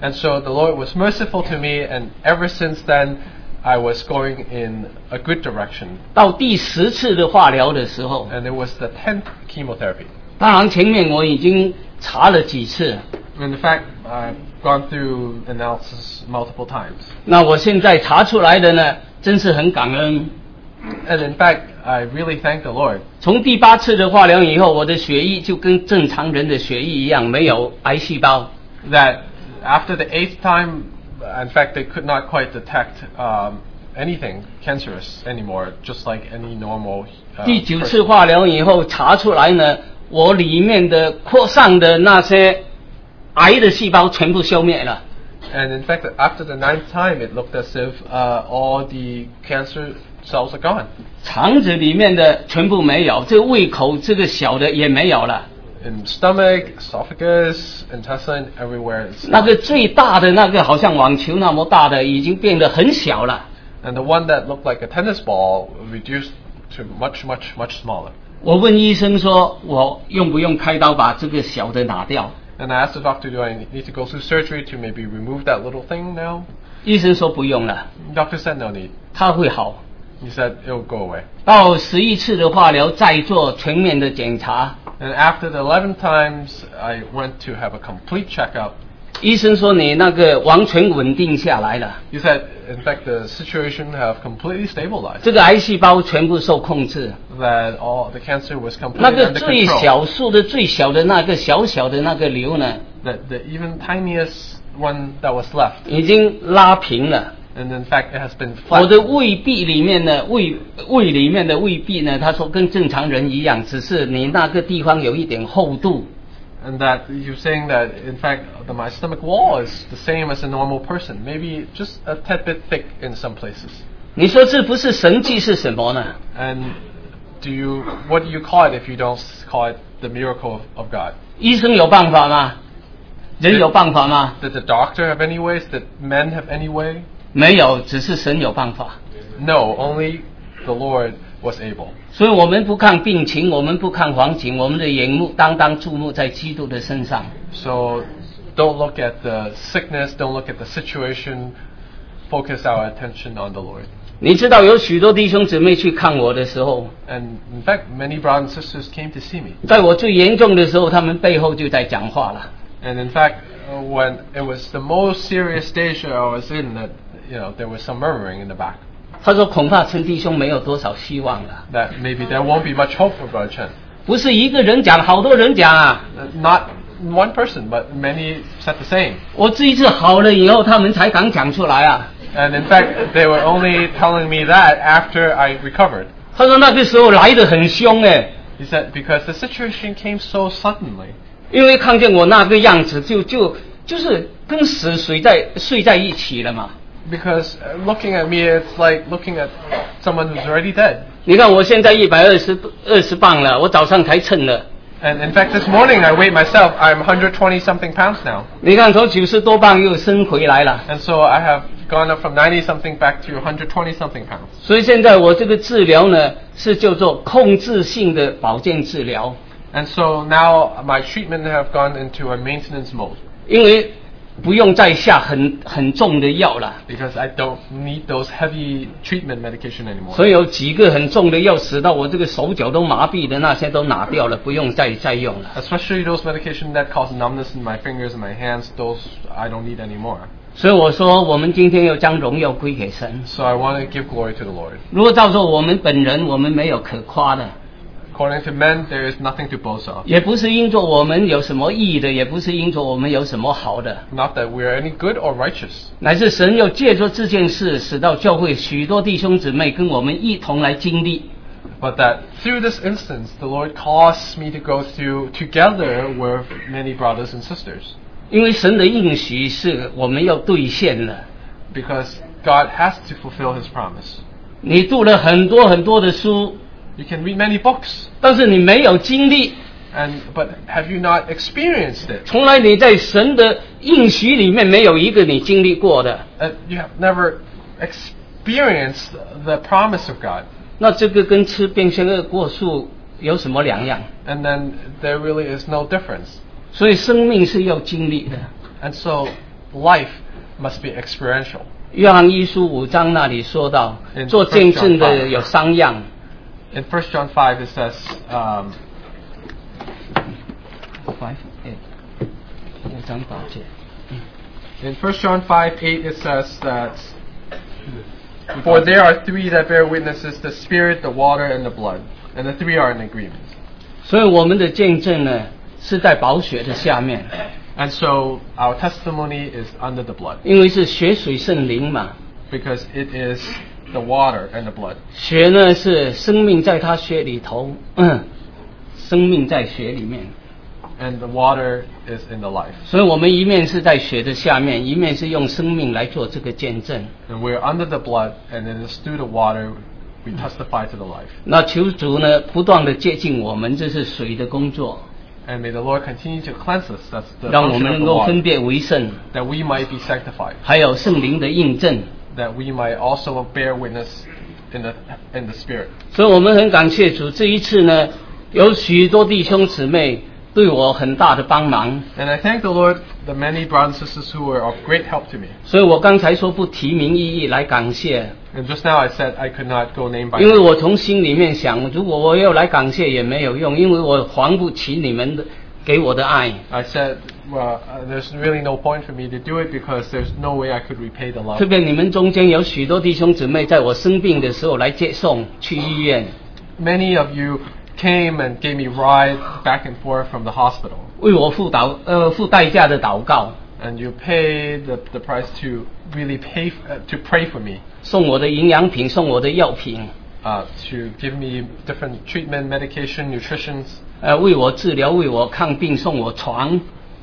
Speaker 6: And so the Lord was merciful to me, and ever since then, I was going in a good direction.
Speaker 3: 到第十次的化疗的时候，
Speaker 6: And it was the 10th chemotherapy.
Speaker 3: 当然前面我已经查了几次，
Speaker 6: And in fact, I've gone through analysis multiple times.
Speaker 3: 那我现在查出来的呢，真是很感恩。
Speaker 6: And in fact, I really thank the Lord.
Speaker 3: 从第八次的化疗以后，我的血液就跟正常人的血液一样，没有癌细胞。
Speaker 6: that after the eighth time, in fact, they could not quite detect um, anything cancerous anymore, just like any normal. Uh,
Speaker 3: 第九次
Speaker 6: person.
Speaker 3: 化疗以后查出来呢，我里面的扩散的那些癌的细胞全部消灭了。
Speaker 6: And in fact, after the ninth time, it looked as if uh, all the cancer cells are gone.
Speaker 3: 肠子里面的全部没有，这胃口这个小的也没有了，
Speaker 6: In stomach, esophagus, intestine, everywhere. It's
Speaker 3: 那个最大的那个好像网球那么大的已经变得很小了。
Speaker 6: and the one that looked like a tennis ball reduced to much, much, much smaller.
Speaker 3: 我问医生说，我用不用开刀把这个小的拿掉？
Speaker 6: And I asked the doctor, do I need to go through surgery to maybe remove that little thing now?
Speaker 3: 医生说不用了，
Speaker 6: Doctor said no need.
Speaker 3: 他会好。
Speaker 6: He said it'll go away.
Speaker 3: 到十一次的化疗再做全面的检查，
Speaker 6: And after the 11 times, I went to have a complete checkup.
Speaker 3: 医生说你那个完全稳定下来了，
Speaker 6: He said, in fact, the situation have completely stabilized.
Speaker 3: 这个癌细胞全部受控制，
Speaker 6: That all the cancer was
Speaker 3: 那
Speaker 6: completely
Speaker 3: 个
Speaker 6: under
Speaker 3: 最
Speaker 6: control.
Speaker 3: 小数的最小的那个小小的那个瘤呢，
Speaker 6: That the even tiniest one that was left,
Speaker 3: 已经拉平了。
Speaker 6: and in fact, it has been
Speaker 3: 我的
Speaker 6: flat.
Speaker 3: 胃壁里面呢，胃胃里面的胃壁呢，他说跟正常人一样，只是你那个地方有一点厚度。
Speaker 6: And that you're saying that, in fact, the, my stomach wall is the same as a normal person, maybe just a tad bit thick in some places.
Speaker 3: 你说这不是神迹是什么呢？
Speaker 6: And do you, what do you call it if you don't s- call it the miracle of, of God?
Speaker 3: 医生有办法吗？人有办法吗？
Speaker 6: Did the doctor have any ways? Did men have any way?
Speaker 3: 没有，只是神有办法。
Speaker 6: No, only the Lord was able.
Speaker 3: 所以我们不看病情，我们不看黄景，我们的眼目当当注目在基督的身上。
Speaker 6: So don't look at the sickness, don't look at the situation, focus our attention on the Lord.
Speaker 3: 你知道有许多弟兄姊妹去看我的时候，
Speaker 6: And in fact, many brothers and sisters came to see me.
Speaker 3: 在我最严重的时候，他们背后就在讲话了。
Speaker 6: And in fact, uh, when it was the most serious stage that I was in, that you know there was some murmuring in the back
Speaker 3: 他说：“恐怕陈弟兄没有多少希望了。
Speaker 6: that maybe there won't be much hope for Brother Chen. ”
Speaker 3: 不是一个人讲，好多人讲啊。
Speaker 6: Uh, Not one person, but many said the same.
Speaker 3: 我这一次好了以后，他们才敢讲出来啊。
Speaker 6: And in fact, they were only telling me that after I recovered.
Speaker 3: 他说那个时候来的很凶哎，
Speaker 6: He said because the situation came so suddenly.
Speaker 3: 因为看见我那个样子就，就就是跟死睡在睡在一起了嘛。
Speaker 6: Because uh, looking at me, it's like looking at someone who's already dead.
Speaker 3: 你看我现在一百二十二十磅了，我早上才称了。
Speaker 6: And in fact, this morning I weighed myself. I'm 120 something pounds now,
Speaker 3: 你看从九十多磅又升回来了，
Speaker 6: and so I have gone up from 90 something back to 120 something pounds.
Speaker 3: 所以现在我这个治疗呢是叫做控制性的保健治疗，
Speaker 6: And so now my treatment have gone into a maintenance mode
Speaker 3: 因为不用再下很很重的药了。
Speaker 6: because I don't need those heavy treatment medication anymore.
Speaker 3: 所以有几个很重的药，使到我这个手脚都麻痹的那些都拿掉了，不用再再用了。
Speaker 6: Especially those medication that cause numbness in my fingers and my hands, those I don't need anymore.
Speaker 3: 所以我说，我们今天要将荣耀归给神。
Speaker 6: So I want to give glory to the Lord.
Speaker 3: 如果照做我们本人，我们没有可夸的，
Speaker 6: According to men, there is nothing to boast of.
Speaker 3: 也不是因着我们有什么义的，也不是因着我们有什么好的，
Speaker 6: Not that we are any good or righteous,
Speaker 3: 乃是神要借着这件事，使到教会许多弟兄姊妹跟我们一同来经历。
Speaker 6: but that through this instance, the Lord caused me to go through together with many brothers and sisters.
Speaker 3: 因为神的应许是我们要兑现的。
Speaker 6: Because God has to fulfill His promise.
Speaker 3: 你读了很多很多的书，
Speaker 6: You can read many books,
Speaker 3: 但是你没有经历，
Speaker 6: and but have you not experienced it?
Speaker 3: 从来你在神的应许里面没有一个你经历过的，
Speaker 6: Uh, you have never experienced the promise of God.
Speaker 3: 那这个跟吃变相恶果树有什么两样？
Speaker 6: and then there really is no difference.
Speaker 3: 所以生命是要经历的。
Speaker 6: And so life must be experiential.
Speaker 3: 约翰一书五章那里说到
Speaker 6: In，
Speaker 3: 做见证
Speaker 6: first John
Speaker 3: 的
Speaker 6: five
Speaker 3: 有三样，
Speaker 6: In 1 John 5, it says, um,
Speaker 3: 五章八节。
Speaker 6: in 1 John 5, 8, it says that, For there are three that bear witnesses the Spirit, the water, and the blood. And the three are in agreement.
Speaker 3: 所以我们的见证呢，是在宝血的下面，
Speaker 6: And so our testimony is under the blood
Speaker 3: 因为是血水圣灵嘛。
Speaker 6: because it is the water and the blood.
Speaker 3: 血呢是生命在他血里头，嗯，生命在血里面。
Speaker 6: And the water is in the life.
Speaker 3: 所以我们一面是在血的下面，一面是用生命来做这个见证。
Speaker 6: And we're under the blood, and it is through the water we testify to the life.
Speaker 3: 那求主呢，不断的接近我们，这是水的工作，
Speaker 6: And may the Lord continue to cleanse us. That's the
Speaker 3: 让我
Speaker 6: function
Speaker 3: 们
Speaker 6: of
Speaker 3: 能
Speaker 6: the
Speaker 3: 够分
Speaker 6: water.
Speaker 3: 别为圣，
Speaker 6: That we might be sanctified.
Speaker 3: 还有圣灵的印证。
Speaker 6: That we might also bear witness in the in the spirit.
Speaker 3: 所以我们很感谢主，这一次呢，有许多弟兄姊妹对我很大的帮忙，
Speaker 6: And I thank the Lord the many brothers and sisters who were of great help to me.
Speaker 3: 所以我刚才说不提名意义来感谢，
Speaker 6: And just now I said I could not go name by
Speaker 3: 因为
Speaker 6: name.
Speaker 3: 我从心里面想，如果我要来感谢也没有用，因为我还不起你们的给我的爱。
Speaker 6: I said, well, uh, there's really no point for me to do it because there's no way I could repay the love.
Speaker 3: 特别你们中间有许多弟兄姊妹在我生病的时候来接送去医院，
Speaker 6: Many of you came and gave me ride back and forth from the hospital.
Speaker 3: 为我付祷呃付代价的祷告，
Speaker 6: and you pay the, the price to really pay f- uh, to pray for me,
Speaker 3: 送我的营养品，送我的药品，
Speaker 6: uh, to give me different treatment, medication, nutritions,
Speaker 3: 呃为我治疗，为我抗病，送我床，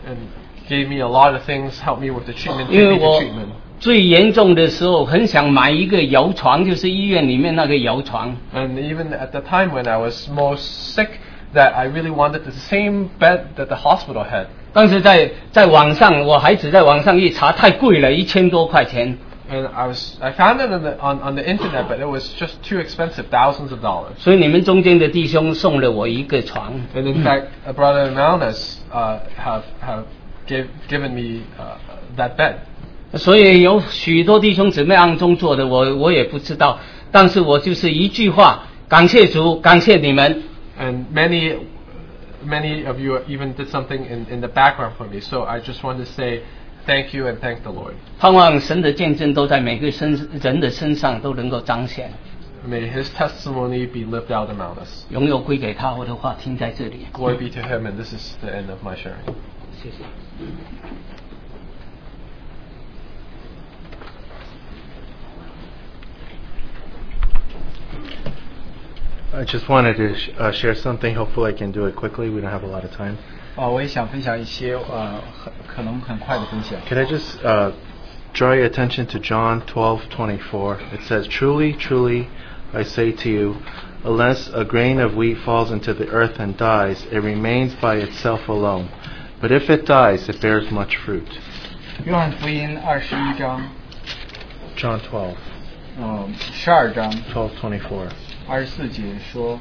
Speaker 6: and gave me a lot of things, helped me with the treatment,
Speaker 3: 因
Speaker 6: gave
Speaker 3: 为
Speaker 6: me the
Speaker 3: 我
Speaker 6: treatment.
Speaker 3: 最严重的时候很想买一个摇床，就是医院里面那个摇床，
Speaker 6: And even at the time when I was most sick, that I really wanted the same bed that the hospital had.
Speaker 3: 但是在在网上，我孩子在网上一查，太贵了，一千多块钱，
Speaker 6: And I was I found it on the, on, on the internet, but it was just too expensive, thousands of dollars.
Speaker 3: 所以你们中间的弟兄送了我一个床，
Speaker 6: And in fact, a brother and Malness, uh have have give, given me uh, that bed.
Speaker 3: 所以有许多弟兄姊妹暗中做的，我我也不知道，但是我就是一句话，感谢主，感谢你们，
Speaker 6: and many many of you even did something in, in the background for me so i just want to say thank you and thank the lord
Speaker 3: 盼望神的见证都在每个身人的身上都能够彰显，
Speaker 6: may his testimony be lived out among us
Speaker 3: 荣耀归给他。我的话听在这里，
Speaker 6: glory be to him and this is the end of my sharing
Speaker 3: 谢谢。
Speaker 7: I just wanted to sh- uh, share something. Hopefully, I can do it quickly. We don't have a lot of time.
Speaker 2: 啊，我也想分享一些呃，很可能很快的分享。
Speaker 7: Can I just uh, draw your attention to John 12:24? It says, "Truly, truly, I say to you, unless a grain of wheat falls into the earth and dies, it remains by itself alone. But if it dies, it bears much fruit."
Speaker 2: 约翰福音二十一章，
Speaker 7: John 12,
Speaker 2: 嗯，十二章
Speaker 7: 12:24.
Speaker 2: 二十四节说：“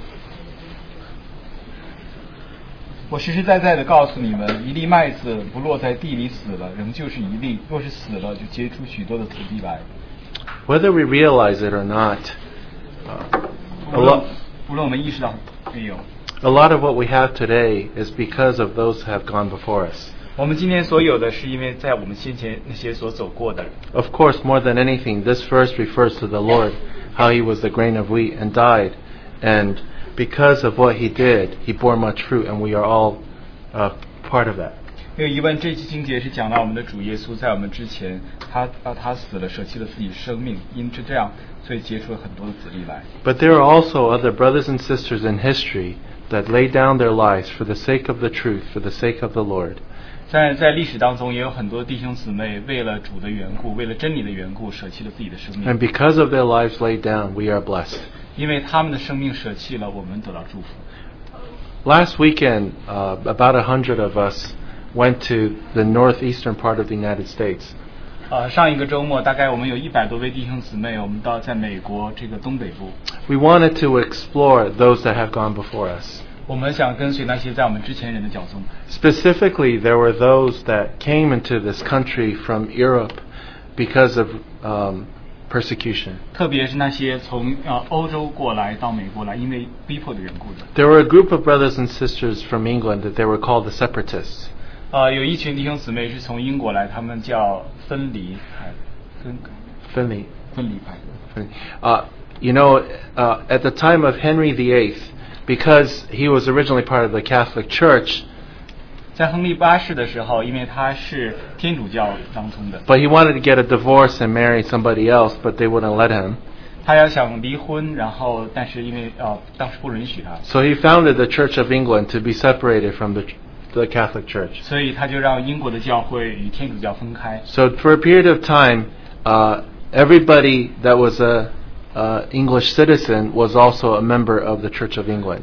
Speaker 2: 我实实在在的告诉你们，一粒麦子不落在地里死了，仍旧是一粒；若是死了，就结出许多的子粒来。
Speaker 7: Whether we realize it or not, uh, a
Speaker 2: 无论
Speaker 7: lot
Speaker 2: 无论我们意识到没有，
Speaker 7: a lot of what we have today is because of those who have gone before us.
Speaker 2: 我们今天所有的是因为在我们先前那些所走过的人。
Speaker 7: Of course, more than anything, this verse refers to the Lord, how he was the grain of wheat and died. And because of what he did, he bore much fruit, and we are all uh, part of that.
Speaker 2: 没有疑问，这期经节是讲到我们的主耶稣在我们之前，他啊他死了，舍弃了自己生命，因之这样，所以结出了很多的子粒来。
Speaker 7: But there are also other brothers and sisters in history that laid down their lives for the sake of the truth, for the sake of the Lord.
Speaker 2: 但在历史当中，也有很多弟兄姊妹为了主的缘故，为了真理的缘故，舍弃了自己的生命，
Speaker 7: And because of their lives laid down, we are blessed.
Speaker 2: 因为他们的生命舍弃了，我们得到祝福。
Speaker 7: Last weekend, uh, about a hundred of us went to the northeastern part of the United States.
Speaker 2: 啊、呃，上一个周末大概我们有一百多位弟兄姊妹，我们到在美国这个东北部，
Speaker 7: We wanted to explore those that have gone before us.
Speaker 2: 我们想跟随那些在我们之前人的脚踪。
Speaker 7: Specifically, there were those that came into this country from Europe because of um, persecution.
Speaker 2: 特别是那些从呃欧洲过来到美国来，因为逼迫的缘故的。
Speaker 7: There were a group of brothers and sisters from England that they were called the separatists.
Speaker 2: 呃，有一群弟兄姊妹是从英国来，他们叫分离派，分
Speaker 7: Finley,
Speaker 2: 分离派。
Speaker 7: Uh, you know, uh, at the time of Henry VIII, because he was originally part of the Catholic Church,
Speaker 2: 在亨利八世的时候，因为他是天主教当中的，
Speaker 7: but he wanted to get a divorce and marry somebody else, but they wouldn't let him.
Speaker 2: 他要想离婚，然后但是因为呃当时不允许他，
Speaker 7: So he founded the Church of England to be separated from the, the Catholic Church.
Speaker 2: 所以他就让英国的教会与天主教分开。
Speaker 7: So for a period of time, uh, everybody that was a uh, English citizen was also a member of the Church of England.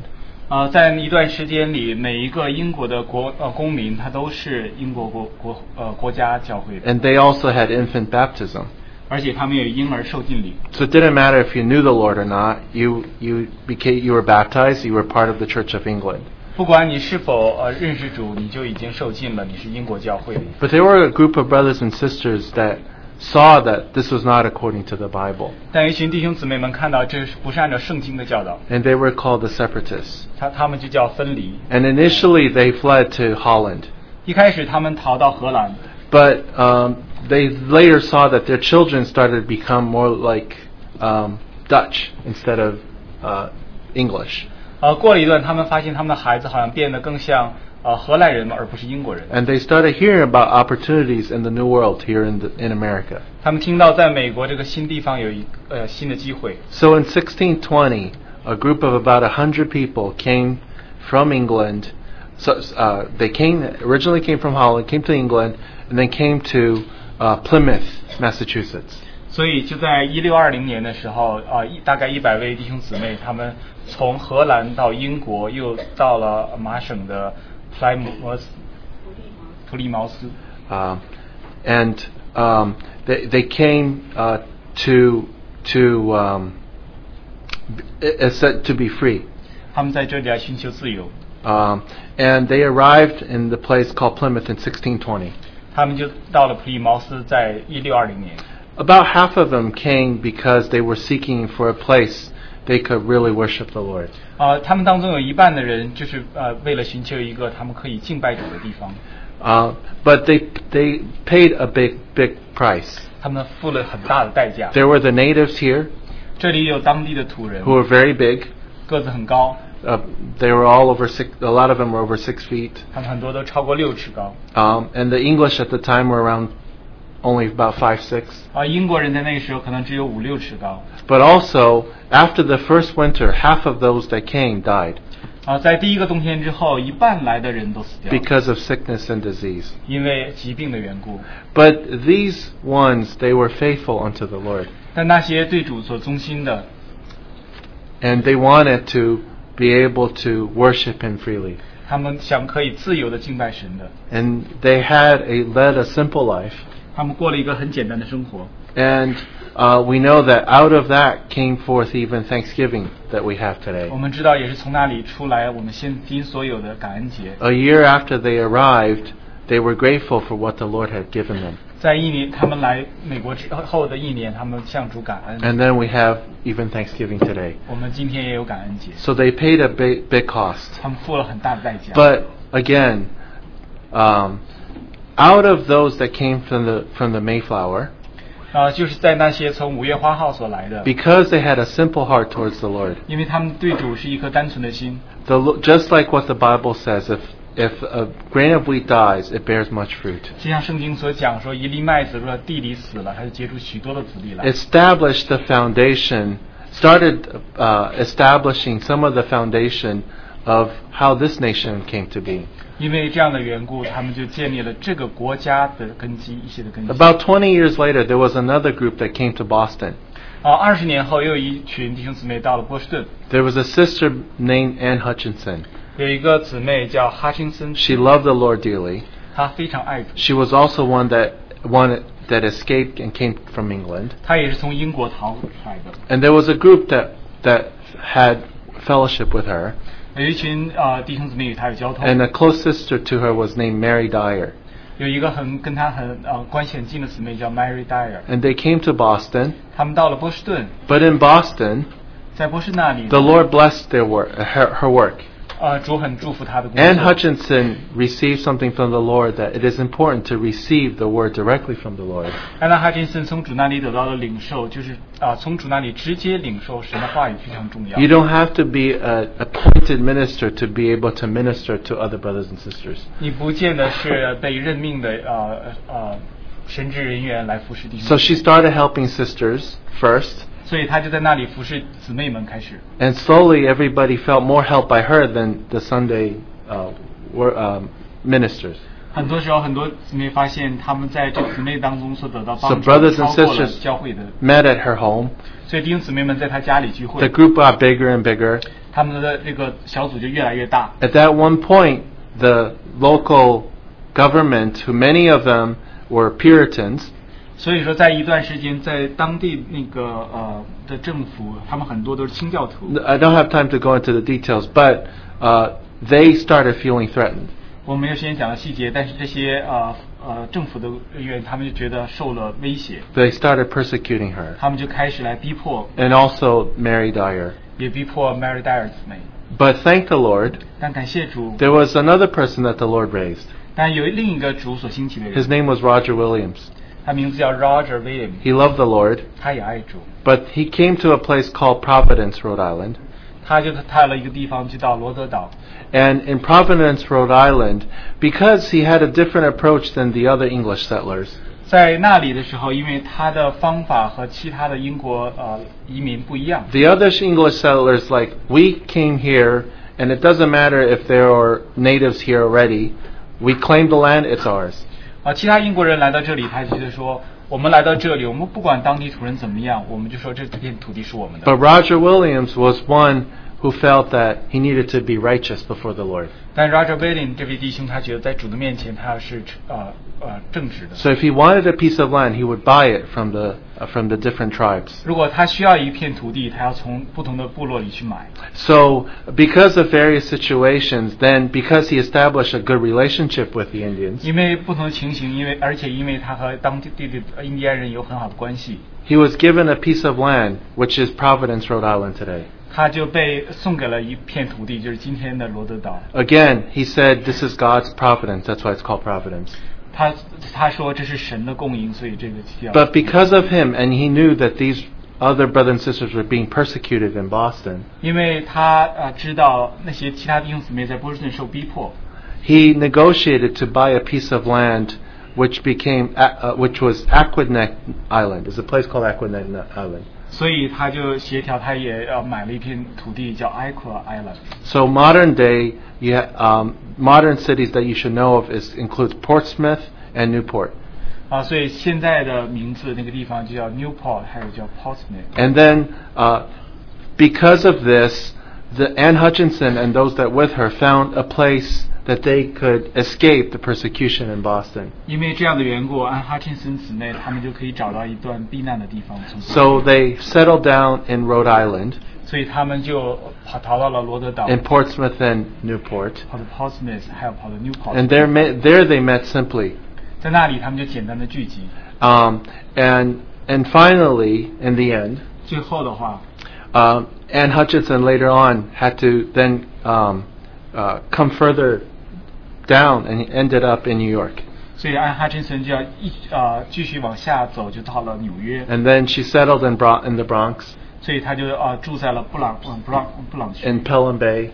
Speaker 2: 呃，在一段时间里，每一个英国的国呃公民，他都是英国国国呃国家教会的，
Speaker 7: And they also had infant baptism.
Speaker 2: 而且他们也婴儿受浸礼。
Speaker 7: So it didn't matter if you knew the Lord or not. You you became you were baptized. You were part of the Church of England.
Speaker 2: 不管你是否呃认识主，你就已经受浸了，你是英国教会的。
Speaker 7: But there were a group of brothers and sisters that saw that this was not according to the Bible,
Speaker 2: 但一群弟兄姊妹们看到这是不是按照圣经的教导，
Speaker 7: and they were called the separatists.
Speaker 2: 他他们就叫分离。
Speaker 7: And initially they fled to Holland,
Speaker 2: 一开始他们逃到荷兰，
Speaker 7: but um, they later saw that their children started to become more like um, Dutch instead of uh, English,
Speaker 2: 呃，过了一段，他们发现他们的孩子好像变得更像呃荷兰人而不是英国人。
Speaker 7: and they started hearing about opportunities in the New World here in the, in America.
Speaker 2: 他们听到在美国这个新地方有一呃新的机会，
Speaker 7: So in 1620, a group of about 100 people came from England. So uh, they came originally came from Holland, came to England, and then came to uh, Plymouth, Massachusetts.
Speaker 2: 所以就在一六二零年的时候，啊，一大概一百位弟兄姊妹，他们从荷兰到英国，又到了麻省的呃普莱摩斯、普利茅斯，
Speaker 7: Um, and um, they, they came uh, to to um, it, said to be free.
Speaker 2: 他们在这里来寻求自由。
Speaker 7: Um, and they arrived in the place called Plymouth in 1620.
Speaker 2: 他们就到了普利茅斯，在一六二零年，
Speaker 7: About half of them came because they were seeking for a place they could really worship the Lord.
Speaker 2: 啊，他们当中有一半的人就是呃，为了寻求一个他们可以敬拜主的地方，
Speaker 7: Uh, but they they paid a big big price.
Speaker 2: 他们付了很大的代价。
Speaker 7: There were the natives here
Speaker 2: 这里有当地的土人
Speaker 7: who，were very big.
Speaker 2: 个子很高，
Speaker 7: Uh, they were all over six. A lot of them were over six feet.
Speaker 2: 他们很多都超过六尺高。
Speaker 7: Um, and the English at the time were around only about five six.
Speaker 2: 啊，英国人在那个时候可能只有五六尺高。
Speaker 7: But also after the first winter, half of those that came died
Speaker 2: 啊，在第一个冬天之后，一半来的人都死掉了
Speaker 7: because of sickness and disease.
Speaker 2: 因为疾病的缘故。
Speaker 7: But these ones they were faithful unto the Lord.
Speaker 2: 但那些对主所忠心的，
Speaker 7: and they wanted to be able to worship him freely.
Speaker 2: 他们想可以自由的敬拜神的，
Speaker 7: And they had a led a simple life.
Speaker 2: 他们过了一个很简单的生活。
Speaker 7: And uh, we know that out of that came forth even Thanksgiving that we have today.
Speaker 2: 我们知道，也是从那里出来，我们先今所有的感恩节。
Speaker 7: A year after they arrived, they were grateful for what the Lord had given them.
Speaker 2: 在一年，他们来美国之后的一年，他们向主感恩。
Speaker 7: And then we have even Thanksgiving today.
Speaker 2: 我们今天也有感恩节，
Speaker 7: So they paid a big, big cost.
Speaker 2: 他们付了很大的代价。
Speaker 7: But again, um, out of those that came from the from the Mayflower,
Speaker 2: 啊、就是在那些从五月花号所来的，
Speaker 7: because they had a simple heart towards the Lord,
Speaker 2: 因为他们对主是一颗单纯的心。
Speaker 7: The, lo- just like what the Bible says, if if a grain of wheat dies, it bears much fruit.
Speaker 2: 就像圣经所讲说，一粒麦子若地里死了，它就结出许多的子粒来。
Speaker 7: Established the foundation, started uh, establishing some of the foundation of how this nation came to be.
Speaker 2: 因为这样的缘故，他们就建立了这个国家的根基，一些的根基。
Speaker 7: About 20 years later, there was another group that came to Boston.
Speaker 2: 啊，二十年后又有一群弟兄姊妹到了波士顿，
Speaker 7: There was a sister named Anne Hutchinson.
Speaker 2: 有一个姊妹叫哈钦森，
Speaker 7: She loved the Lord dearly.
Speaker 2: 她非常爱主，
Speaker 7: She was also one that wanted that escaped and came from England.
Speaker 2: 他也是从英国逃出来的。
Speaker 7: And there was a group that that had fellowship with her,
Speaker 2: 有一群啊、呃弟兄姊妹与他有交通，
Speaker 7: and a close sister to her was named Mary Dyer.
Speaker 2: 有一个很跟他很呃关系很近的姊妹叫 Mary Dyer，
Speaker 7: And they came to Boston,
Speaker 2: 他们到了波士顿，
Speaker 7: but in Boston,
Speaker 2: 在波士顿那里，
Speaker 7: the Lord blessed their work, her, her work.
Speaker 2: 呃主很祝福他的工
Speaker 7: Anne
Speaker 2: 作。
Speaker 7: Hutchinson received something from the Lord that it is important to receive the word directly from the Lord.
Speaker 2: 安娜·哈金森从主那里得到的领受，就是啊、从主那里直接领受神的话语非常重要
Speaker 7: You。don't have to be an appointed minister to be able to minister to other brothers and sisters.
Speaker 2: 你不见得是被任命的呃呃神职人员来服侍弟兄
Speaker 7: So，she started helping sisters first,
Speaker 2: 所以他就在那里服侍姊妹们开始。
Speaker 7: and slowly everybody felt more helped by her than the Sunday uh, wor- um, ministers.
Speaker 2: 很多时候，很多姊妹发现他们在这姊妹当中所得到帮
Speaker 7: So
Speaker 2: 助
Speaker 7: brothers
Speaker 2: 超
Speaker 7: and
Speaker 2: 过了
Speaker 7: sisters
Speaker 2: 教会的，
Speaker 7: met at her home.
Speaker 2: 所以弟兄姊妹们在他家里聚
Speaker 7: The
Speaker 2: 会，
Speaker 7: group got bigger and bigger.
Speaker 2: 他们的这个小组就越来越大。
Speaker 7: At that one point, the local government, who many of them were Puritans,
Speaker 2: 所以说，在一段时间，在当地那个呃的政府，他们很多都是清教徒。
Speaker 7: I don't have time to go into the details, but uh, they started feeling threatened.
Speaker 2: 我没有时间讲到细节，但是这些呃呃政府的人员，他们就觉得受了威胁，
Speaker 7: They started persecuting her,
Speaker 2: 他们就开始来逼迫，
Speaker 7: and also Mary Dyer.
Speaker 2: 也逼迫 Mary 戴尔姊妹。
Speaker 7: But thank the Lord,
Speaker 2: 但感谢主，
Speaker 7: there was another person that the Lord raised.
Speaker 2: 但有另一个主所兴起的
Speaker 7: His
Speaker 2: 人，
Speaker 7: name was Roger Williams.
Speaker 2: 他名字叫 Roger William，
Speaker 7: He loved the Lord,
Speaker 2: 他也爱主，
Speaker 7: but he came to a place called Providence, Rhode Island.
Speaker 2: 他就到了一个地方，就到罗德岛。
Speaker 7: And in Providence, Rhode Island, because he had a different approach than the other English settlers,
Speaker 2: 在那里的时候，因为他的方法和其他的英国呃移民不一样，
Speaker 7: the other English settlers, like, we came here, and it doesn't matter if there are natives here already. We claim the land, it's ours.
Speaker 2: 啊，其他英国人来到这里，他就觉得说，我们来到这里，我们不管当地土人怎么样，我们就说这片土地是我们的。
Speaker 7: But Roger Williams was one who felt that he needed to be righteous before the Lord.
Speaker 2: 但 Roger William 这位弟兄，他觉得在主的面前他是呃呃正直的。
Speaker 7: So if he wanted a piece of land, he would buy it from the uh, from the different tribes.
Speaker 2: 如果他需要一片土地，他要从不同的部落里去买。
Speaker 7: So because of various situations, then because he established a good relationship with the Indians,
Speaker 2: 因为不同的情形，因为而且因为他和当地地的印第安人有很好的关系，
Speaker 7: he was given a piece of land, which is Providence, Rhode Island today.
Speaker 2: 他就被送给了一片土地，就是今天的罗德岛。
Speaker 7: Again, he said, "This is God's providence. That's why it's called providence."
Speaker 2: 他他说这是神的供应，所以这个叫。
Speaker 7: But because of him, and he knew that these other brothers and sisters were being persecuted in Boston,
Speaker 2: 因为他呃知道那些其他弟兄姊妹在波士顿受逼迫，
Speaker 7: he negotiated to buy a piece of land which became uh, uh, which was Aquidneck Island. There's a place called Aquidneck Island.
Speaker 2: 所以他就协调，他也呃买了一片土地叫 Iqua Island。
Speaker 7: So modern day, you ha- um, modern cities that you should know of is includes Portsmouth and Newport.
Speaker 2: 啊，所以现在的名字那个地方就叫 Newport，还有叫 Portsmouth。
Speaker 7: And then, uh, because of this, the Anne Hutchinson and those that with her found a place that they could escape the persecution in Boston.
Speaker 2: 因为这样的缘故，按哈钦森姊妹她们就可以找到一段避难的地方从
Speaker 7: So they settled down in Rhode Island,
Speaker 2: 所以她们就跑逃到了罗德岛，
Speaker 7: in Portsmouth and Newport,
Speaker 2: 跑到 Portsmouth，还有跑到
Speaker 7: and
Speaker 2: Newport，
Speaker 7: there me- there they met simply.
Speaker 2: 在那里她们就简单的聚集。
Speaker 7: Um, and and finally, in the end,
Speaker 2: 最后的话，
Speaker 7: um, Anne Hutchinson later on had to then um, uh, come further down and ended up in New York.
Speaker 2: 所以按哈钦森就要一呃继续往下走，就到了纽约，
Speaker 7: And then she settled in, Bro- in the Bronx,
Speaker 2: 所以她就呃住在了布朗呃布朗布朗区
Speaker 7: in Pelham Bay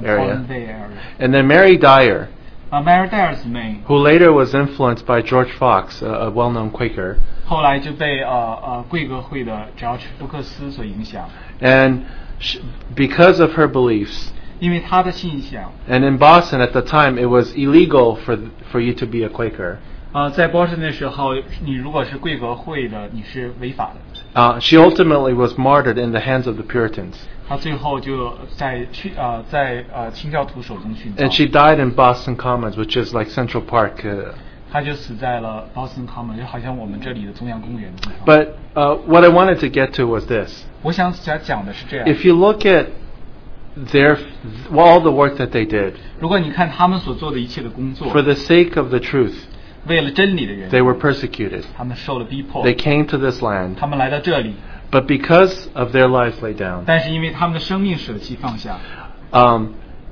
Speaker 2: 呃
Speaker 7: area.
Speaker 2: Palm Bay area。
Speaker 7: And then Mary Dyer,
Speaker 2: 啊，Mary Dyer 姊妹
Speaker 7: who later was influenced by George Fox, a, a well known Quaker.
Speaker 2: 后来就被呃呃贵格会的 George 福克斯所影响，
Speaker 7: And sh because of her beliefs,
Speaker 2: 因为他的信仰。
Speaker 7: and in Boston at the time, it was illegal for, th- for you to be a Quaker.
Speaker 2: 呃，在 Boston 的时候，你如果是贵格会的，你是违法的。
Speaker 7: Uh, she ultimately was martyred in the hands of the Puritans.
Speaker 2: 他最后就在去呃在呃清教徒手中殉
Speaker 7: And
Speaker 2: 葬。
Speaker 7: she died in Boston Commons, which is like Central Park. Uh,
Speaker 2: 他就死在了 Boston Common，就好像我们这里的中央公园的地方。
Speaker 7: But uh, what I wanted to get to was this.
Speaker 2: 我想想讲的是这样，
Speaker 7: If you look at their well, all the work that they did
Speaker 2: 如果你看他们所做的一切的工作，
Speaker 7: for the sake of the truth,
Speaker 2: 为了真理的人，
Speaker 7: they were persecuted.
Speaker 2: 他们受了逼迫
Speaker 7: They，came to this land,
Speaker 2: 他们来到这里，
Speaker 7: but because of their lives laid down,
Speaker 2: 但是因为他们的生命舍弃放下，
Speaker 7: um,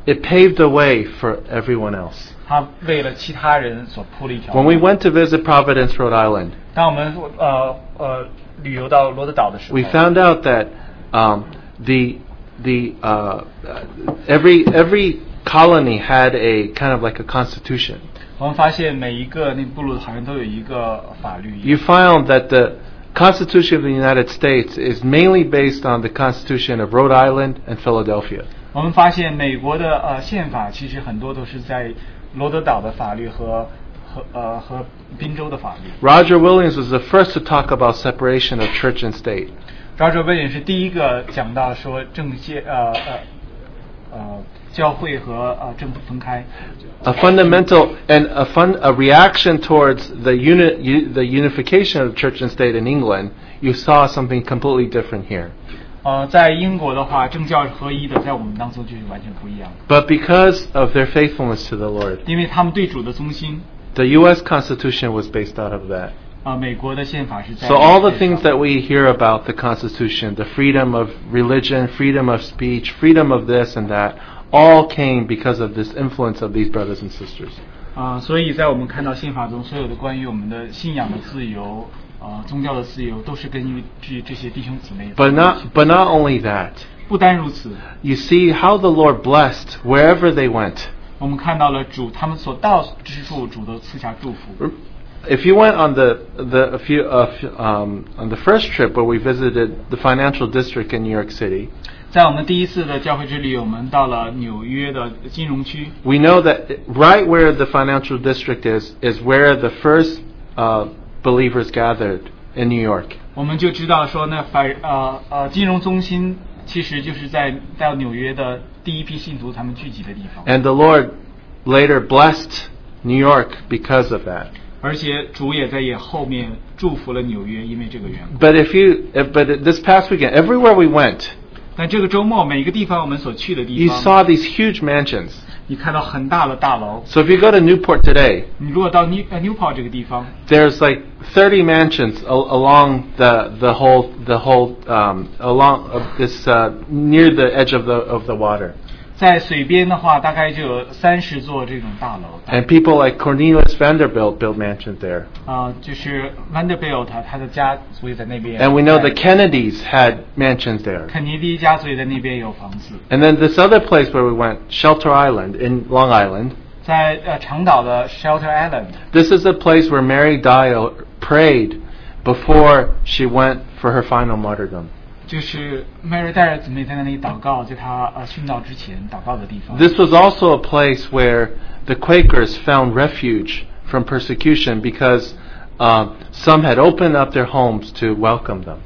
Speaker 7: it paved the way for everyone else.
Speaker 2: 他为了其他人所铺了一条
Speaker 7: When
Speaker 2: 路。
Speaker 7: we went to visit Providence, Rhode Island,
Speaker 2: 当我们呃呃旅游到罗德岛的时候
Speaker 7: we found out that um, the the uh, uh, every every colony had a kind of like a constitution.
Speaker 2: 我们发现每一个那部落好像都有一个法律。
Speaker 7: You found that the Constitution of the United States is mainly based on the Constitution of Rhode Island and Philadelphia.
Speaker 2: 我们发现美国的呃宪法其实很多都是在罗德岛的法律和和呃和宾州的法律。
Speaker 7: Roger Williams was the first to talk about separation of church and state.
Speaker 2: Roger w i l 是第一个讲到说政界呃呃呃教会和呃政府分开，
Speaker 7: A fundamental and a fun a reaction towards the uni, u, the unification of church and state in England. You saw something completely different here.
Speaker 2: 呃在英国的话政教是合一的，在我们当中就是完全不一样的，
Speaker 7: But because of their faithfulness to the Lord,
Speaker 2: 因为他们对主的忠心。
Speaker 7: the U.S. Constitution was based out of that.
Speaker 2: 啊、美国的宪法是在
Speaker 7: So all
Speaker 2: 这
Speaker 7: the
Speaker 2: 个
Speaker 7: things that we hear about the Constitution, the freedom of religion, freedom of speech, freedom of this and that, all came because of this influence of these brothers and sisters.
Speaker 2: 啊、所以在我们看到宪法中所有的关于我们的信仰的自由，啊、宗教的自由，都是根据这些弟兄姊妹。
Speaker 7: But not but not only that.
Speaker 2: 不单如此，
Speaker 7: You see how the Lord blessed wherever they went.
Speaker 2: 我们看到了主他们所到之处，主都赐下祝福。
Speaker 7: If you went on the the a few uh, f- um, on the first trip where we visited the financial district in New York City,
Speaker 2: 在我们第一次的教会之旅，我们到了纽约的金融区。
Speaker 7: we know that right where the financial district is is where the first uh, believers gathered in New York.
Speaker 2: 我们就知道说那反呃呃金融中心其实就是在到纽约的第一批信徒他们聚集的地方，
Speaker 7: And the Lord later blessed New York because of that.
Speaker 2: 而且主也在也后面祝福了纽约，因为这个缘故。
Speaker 7: But if you, if, but this past weekend, everywhere we went,
Speaker 2: 但这个周末每个地方我们所去的地
Speaker 7: you
Speaker 2: 方，
Speaker 7: saw these huge mansions.
Speaker 2: 你看到很大的大楼。
Speaker 7: So if you go to Newport today,
Speaker 2: 你如果到 New 呃 Newport 这个地方，
Speaker 7: there's like 30 mansions al- along the the whole the whole um, along of this uh, near the edge of the of the water.
Speaker 2: 在水边的话，大概就有三十座这种大楼。
Speaker 7: And people like Cornelius Vanderbilt built mansions there.
Speaker 2: 啊、就是 Vanderbilt 他的家族也在那边。
Speaker 7: And we know the Kennedys had mansions there.
Speaker 2: 肯尼迪家族也在那边有房子。
Speaker 7: And then this other place where we went, Shelter Island in Long Island,
Speaker 2: 在呃长岛的 Shelter Island，
Speaker 7: This is the place where Mary Dio prayed before she went for her final martyrdom.
Speaker 2: 就是 Mary 戴尔姊妹在那里祷告，在她呃殉道之前祷告的地方。
Speaker 7: This was also a place where the Quakers found refuge from persecution because um, some had opened up their homes to welcome them.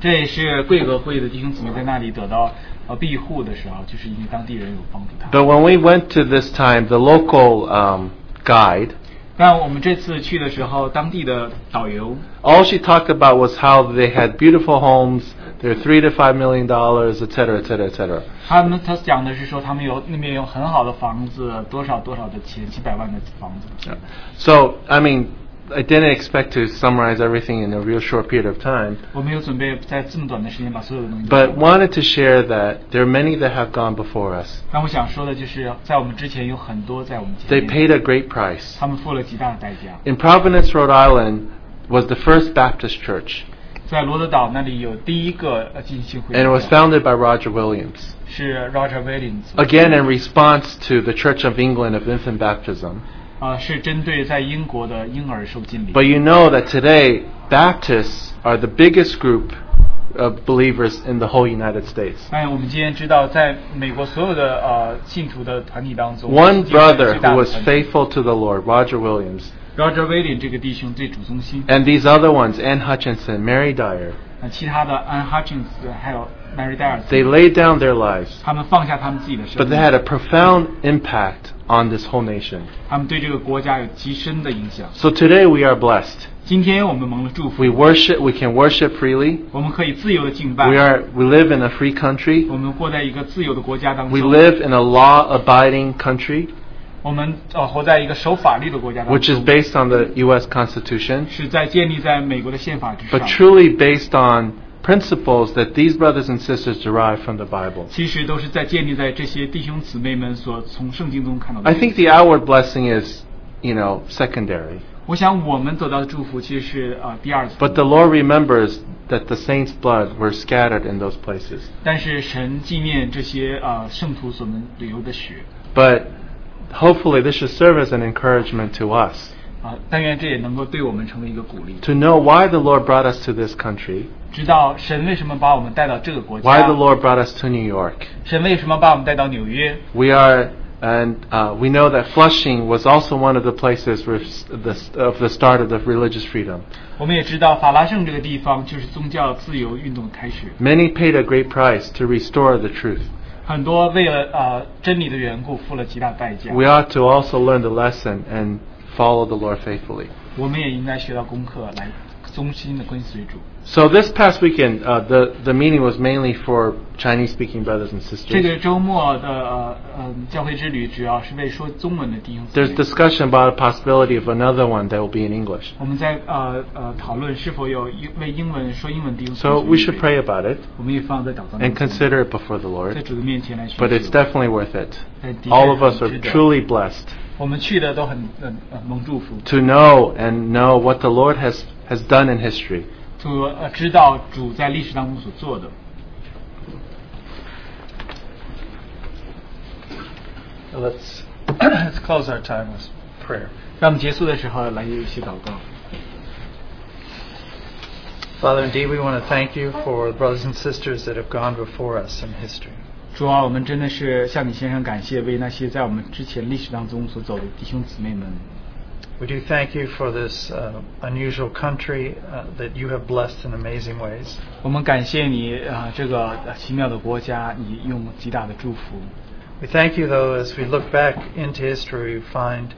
Speaker 2: 这也是贵格会的弟兄姊妹在那里得到呃庇护的时候，就是因为当地人有帮助他。
Speaker 7: But when we went to this time, the local um, guide,
Speaker 2: 那我们这次去的时候，当地的导游
Speaker 7: all she talked about was how they had beautiful homes, they're three to five million dollars, et cetera, et cetera, et cetera.
Speaker 2: 他们他讲的是说，他们有那边有很好的房子，多少多少的钱，几百万的房子。
Speaker 7: So, I mean, I didn't expect to summarize everything in a real short period of time.
Speaker 2: 我没有准备在这么短的时间把所有的东西都讲
Speaker 7: but
Speaker 2: 完。
Speaker 7: wanted to share that there are many that have gone before us.
Speaker 2: 但我想说的就是，在我们之前有很多在我们前
Speaker 7: They
Speaker 2: 面，
Speaker 7: paid a great price.
Speaker 2: 他们付了极大的代价。
Speaker 7: In Providence, Rhode Island, was the first Baptist church,
Speaker 2: 在罗德岛那里有第一个呃浸信会
Speaker 7: and it
Speaker 2: 教
Speaker 7: was
Speaker 2: 会，
Speaker 7: founded by Roger Williams.
Speaker 2: 是 Roger Williams，
Speaker 7: Again, in response to the Church of England of infant baptism.
Speaker 2: 呃，是针对在英国的婴儿受浸礼
Speaker 7: But。you know that today, Baptists are the biggest group of believers in the whole United States.
Speaker 2: 哎，我们今天知道，在美国所有的呃信徒的团体当中
Speaker 7: One
Speaker 2: 基督教是
Speaker 7: brother
Speaker 2: 最大的
Speaker 7: who was
Speaker 2: 团体
Speaker 7: faithful to the Lord, Roger Williams,
Speaker 2: Roger Williams 这个弟兄最主中心。
Speaker 7: and these other ones, Ann Hutchinson, Mary Dyer,
Speaker 2: 那其他的 Ann Hutchins 还有 Mary Dyer，
Speaker 7: They laid down their lives,
Speaker 2: 他们放下他们自己的生
Speaker 7: but they
Speaker 2: 命，
Speaker 7: had a profound impact on this whole nation.
Speaker 2: 他们对这个国家有极深的影响。
Speaker 7: So today we are blessed.
Speaker 2: 今天我们蒙了祝福
Speaker 7: We，worship, we can worship freely.
Speaker 2: 我们可以自由的敬拜，
Speaker 7: We are we live in a free country.
Speaker 2: 我们活在一个自由的国家当
Speaker 7: We
Speaker 2: 中，
Speaker 7: live in a law-abiding country,
Speaker 2: 我们呃活在一个守法律的国家当
Speaker 7: which is
Speaker 2: 中，
Speaker 7: based on the U.S. Constitution,
Speaker 2: 是在建立在美国的宪法之
Speaker 7: but
Speaker 2: 上，
Speaker 7: truly based on principles that these brothers and sisters derive from the Bible.
Speaker 2: 其实都是在建立在这些弟兄姊妹们所从圣经中看到的
Speaker 7: I。think the outward blessing is, you know, secondary.
Speaker 2: 我想我们得到的祝福其实是呃第二次，
Speaker 7: But the Lord remembers that the saints' blood were scattered in those places.
Speaker 2: 但是神纪念这些呃圣徒所能流的血
Speaker 7: But hopefully, this should serve as an encouragement to us
Speaker 2: 啊、但愿这也能够对我们成为一个鼓励，
Speaker 7: to know why the Lord brought us to this country,
Speaker 2: 知道神为什么把我们带到这个国
Speaker 7: why
Speaker 2: 家
Speaker 7: the，Lord brought us to New York.
Speaker 2: 神为什么把我们带到纽约。
Speaker 7: We are, and uh, we know that Flushing was also one of the places where s- the, of the start of the religious freedom.
Speaker 2: 我们也知道法拉盛这个地方就是宗教自由运动的开始，
Speaker 7: Many paid a great price to restore the truth.
Speaker 2: 很多为了呃真理的缘故付了极大代价。
Speaker 7: We ought to also learn the lesson and follow the Lord faithfully.
Speaker 2: 我们也应该学到功课来忠心的跟随主。
Speaker 7: So this past weekend, uh, the the meeting was mainly for Chinese-speaking brothers and
Speaker 2: 这个
Speaker 7: sisters.
Speaker 2: 周末的呃呃教会之旅主要是为说中文的弟兄姊
Speaker 7: There's
Speaker 2: 妹。
Speaker 7: discussion about a possibility of another one that will be in English.
Speaker 2: 我们在呃呃讨论是否有英为英文说英文弟兄姊妹
Speaker 7: So
Speaker 2: 准备。
Speaker 7: we should pray about it
Speaker 2: 我们也放在祷告当
Speaker 7: and
Speaker 2: 中，
Speaker 7: consider it before the
Speaker 2: 在
Speaker 7: Lord.
Speaker 2: 主的面前来学习。
Speaker 7: But it's definitely worth it.
Speaker 2: 但的确
Speaker 7: All of
Speaker 2: 很
Speaker 7: us are
Speaker 2: 值得
Speaker 7: truly blessed
Speaker 2: 我们去的都很呃呃蒙祝福，
Speaker 7: to know and know what the Lord has has done in history.
Speaker 2: 主呃 uh, 知道主在历史当中所做的。
Speaker 6: Let's
Speaker 2: Let's close our time with
Speaker 6: prayer.
Speaker 2: 让我们结束的时候来一起祷告。
Speaker 5: Father, indeed, we want to thank you for the brothers and sisters that have gone before us in history.
Speaker 2: 主啊，我们真的是向你献上感谢，为那些在我们之前历史当中所走的弟兄姊妹们。
Speaker 5: We do thank you for this uh, unusual country uh, that you have blessed in amazing ways.
Speaker 2: 我们感谢你啊、呃这个呃奇妙的国家，你用极大的祝福。
Speaker 5: We thank you, though, as we look back into history, we find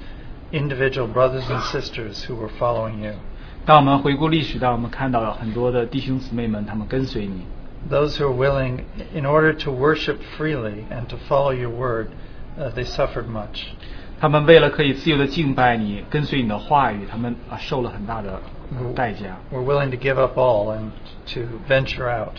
Speaker 5: individual brothers and sisters who were following you.
Speaker 2: 当我们回顾历史，当我们看到了很多的弟兄姊妹们，他们跟随你，
Speaker 5: Those who are willing, in order to worship freely and to follow your word, uh, they suffered much.
Speaker 2: 他们为了可以自由的敬拜你，跟随你的话语，他们啊、受了很大的呃代价。
Speaker 5: Were willing to give up all and to venture out.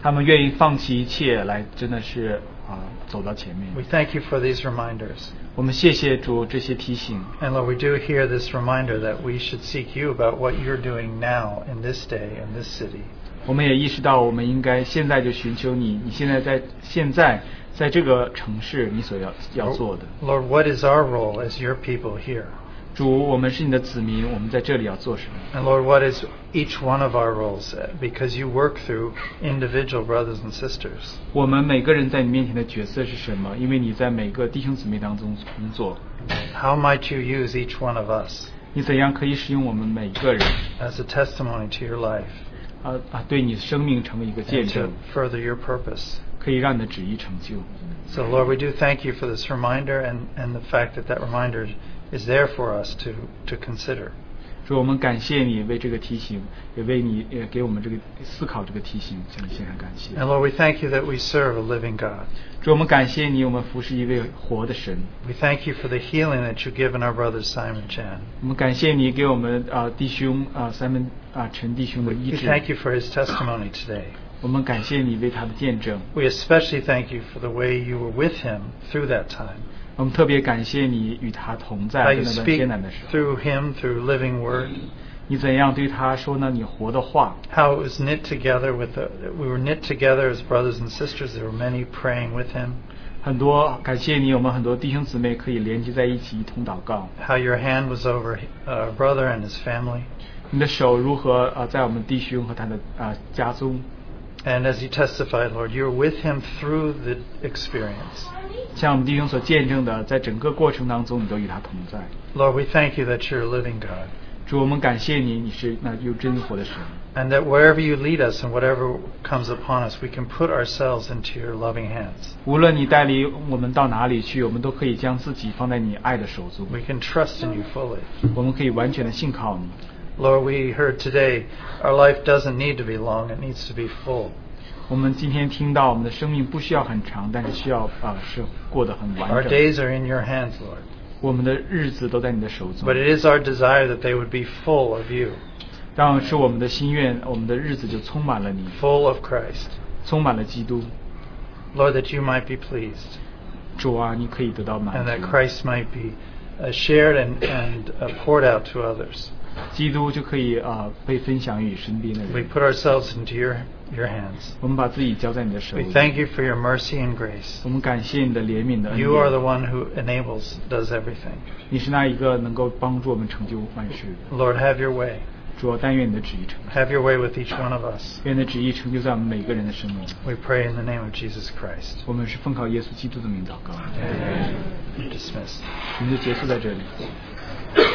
Speaker 2: 他们愿意放弃一切来，真的是啊、走到前面。
Speaker 5: We thank you for these reminders.
Speaker 2: 我们谢谢主这些提醒。
Speaker 5: And Lord, we do hear this reminder that we should seek you about what you're doing now in this day in this city.
Speaker 2: 我们也意识到，我们应该现在就寻求你。你现在在现在在这个城市，你所要要做的。
Speaker 5: Lord, what is our role as your people here?
Speaker 2: 主，我们是你的子民，我们在这里要做什么？
Speaker 5: And Lord, what is each one of our roles? uh, Because you work through individual brothers and sisters.
Speaker 2: 我们每个人在你面前的角色是什么？因为你在每个弟兄姊妹当中工作，
Speaker 5: How might you use each one of us
Speaker 2: 你怎样可以使用我们每一个人？
Speaker 5: as a testimony to your life
Speaker 2: 啊啊，对你的生命成为一个见
Speaker 5: and to
Speaker 2: 证，
Speaker 5: further your purpose?
Speaker 2: 可以让你的旨意成就。
Speaker 5: So, Lord, we do thank you for this reminder and, and the fact that that reminder is there for us to, to consider.
Speaker 2: 主，我们感谢你为这个提醒，也为你也给我们这个思考这个提醒，向你献上感谢。
Speaker 5: And Lord, we thank you that we serve a living God.
Speaker 2: 主，我们感谢你，我们服侍一位活的神。
Speaker 5: We thank you for the healing that you've given our brother Simon Chan.
Speaker 2: 我们感谢你给我们啊、呃弟兄啊、三门啊、陈弟兄的医
Speaker 5: We
Speaker 2: 治，
Speaker 5: thank you for his testimony today.
Speaker 2: 我们感谢你为他的见证，
Speaker 5: We especially thank you for the way you were with him through that time.
Speaker 2: 我们特别感谢你与他同
Speaker 5: How
Speaker 2: 在，在那
Speaker 5: you
Speaker 2: 段
Speaker 5: speak
Speaker 2: 艰难的时候，
Speaker 5: through him, through living word.
Speaker 2: 你怎样对他说呢？你活的话，
Speaker 5: How it was knit together with the, we were knit together as brothers and sisters. There were many praying with him.
Speaker 2: 很多感谢你，我们很多弟兄姊妹可以联系在一起一同祷告。
Speaker 5: How your hand was over uh, our brother and his family.
Speaker 2: 你的手如何啊、呃在我们弟兄和他的啊、呃家中，
Speaker 5: And as he testified, Lord, you were with him through the experience.
Speaker 2: 像我们弟兄所见证的，在整个过程当中，你都与他同在。
Speaker 5: Lord, we thank you that you're a living God.
Speaker 2: 主主，我们感谢你，你是那又真活的神。
Speaker 5: And that wherever you lead us and whatever comes upon us, we can put ourselves into your loving hands.
Speaker 2: 无论你带领我们到哪里去，我们都可以将自己放在你爱的手中，
Speaker 5: We can trust in you fully.
Speaker 2: 我们可以完全的信靠你。
Speaker 5: Lord, we heard today our life doesn't need to be long, it needs to be full.
Speaker 2: 我们今天听到，我们的生命不需要很长，但是需要啊、是过得很
Speaker 5: Our
Speaker 2: 完整。
Speaker 5: days are in your hands, Lord.
Speaker 2: 我们的日子都在你的手中
Speaker 5: But，it is our desire that they would be full of you,
Speaker 2: 让是我们的心愿，我们的日子就充满了你，
Speaker 5: full of Christ.
Speaker 2: 充满了基督。
Speaker 5: Lord, that you might be pleased
Speaker 2: 主啊，你可以得到
Speaker 5: and
Speaker 2: 满
Speaker 5: that
Speaker 2: 足，
Speaker 5: Christ might be uh, shared and, and uh, poured out to others.
Speaker 2: 基督就可以啊、被分享于身边的
Speaker 5: We
Speaker 2: 人。
Speaker 5: put ourselves into your, your hands.
Speaker 2: 我们把自己交在你的手
Speaker 5: We
Speaker 2: 中。
Speaker 5: thank you for your mercy and grace.
Speaker 2: 我们感谢你的怜悯的恩
Speaker 5: You are the
Speaker 2: 典，
Speaker 5: one who enables, does everything.
Speaker 2: 你是那一个能够帮助我们成就万事的。
Speaker 5: Lord, have your way.
Speaker 2: 主啊，但愿你的旨意成就，
Speaker 5: Have your way with each one of us.
Speaker 2: 愿你的旨意成就在我们每个人的生命。
Speaker 5: We pray in the name of Jesus Christ.
Speaker 2: 我们是奉靠耶稣基督的名祷告，
Speaker 5: You're dismissed.
Speaker 2: 我们就结束在这里。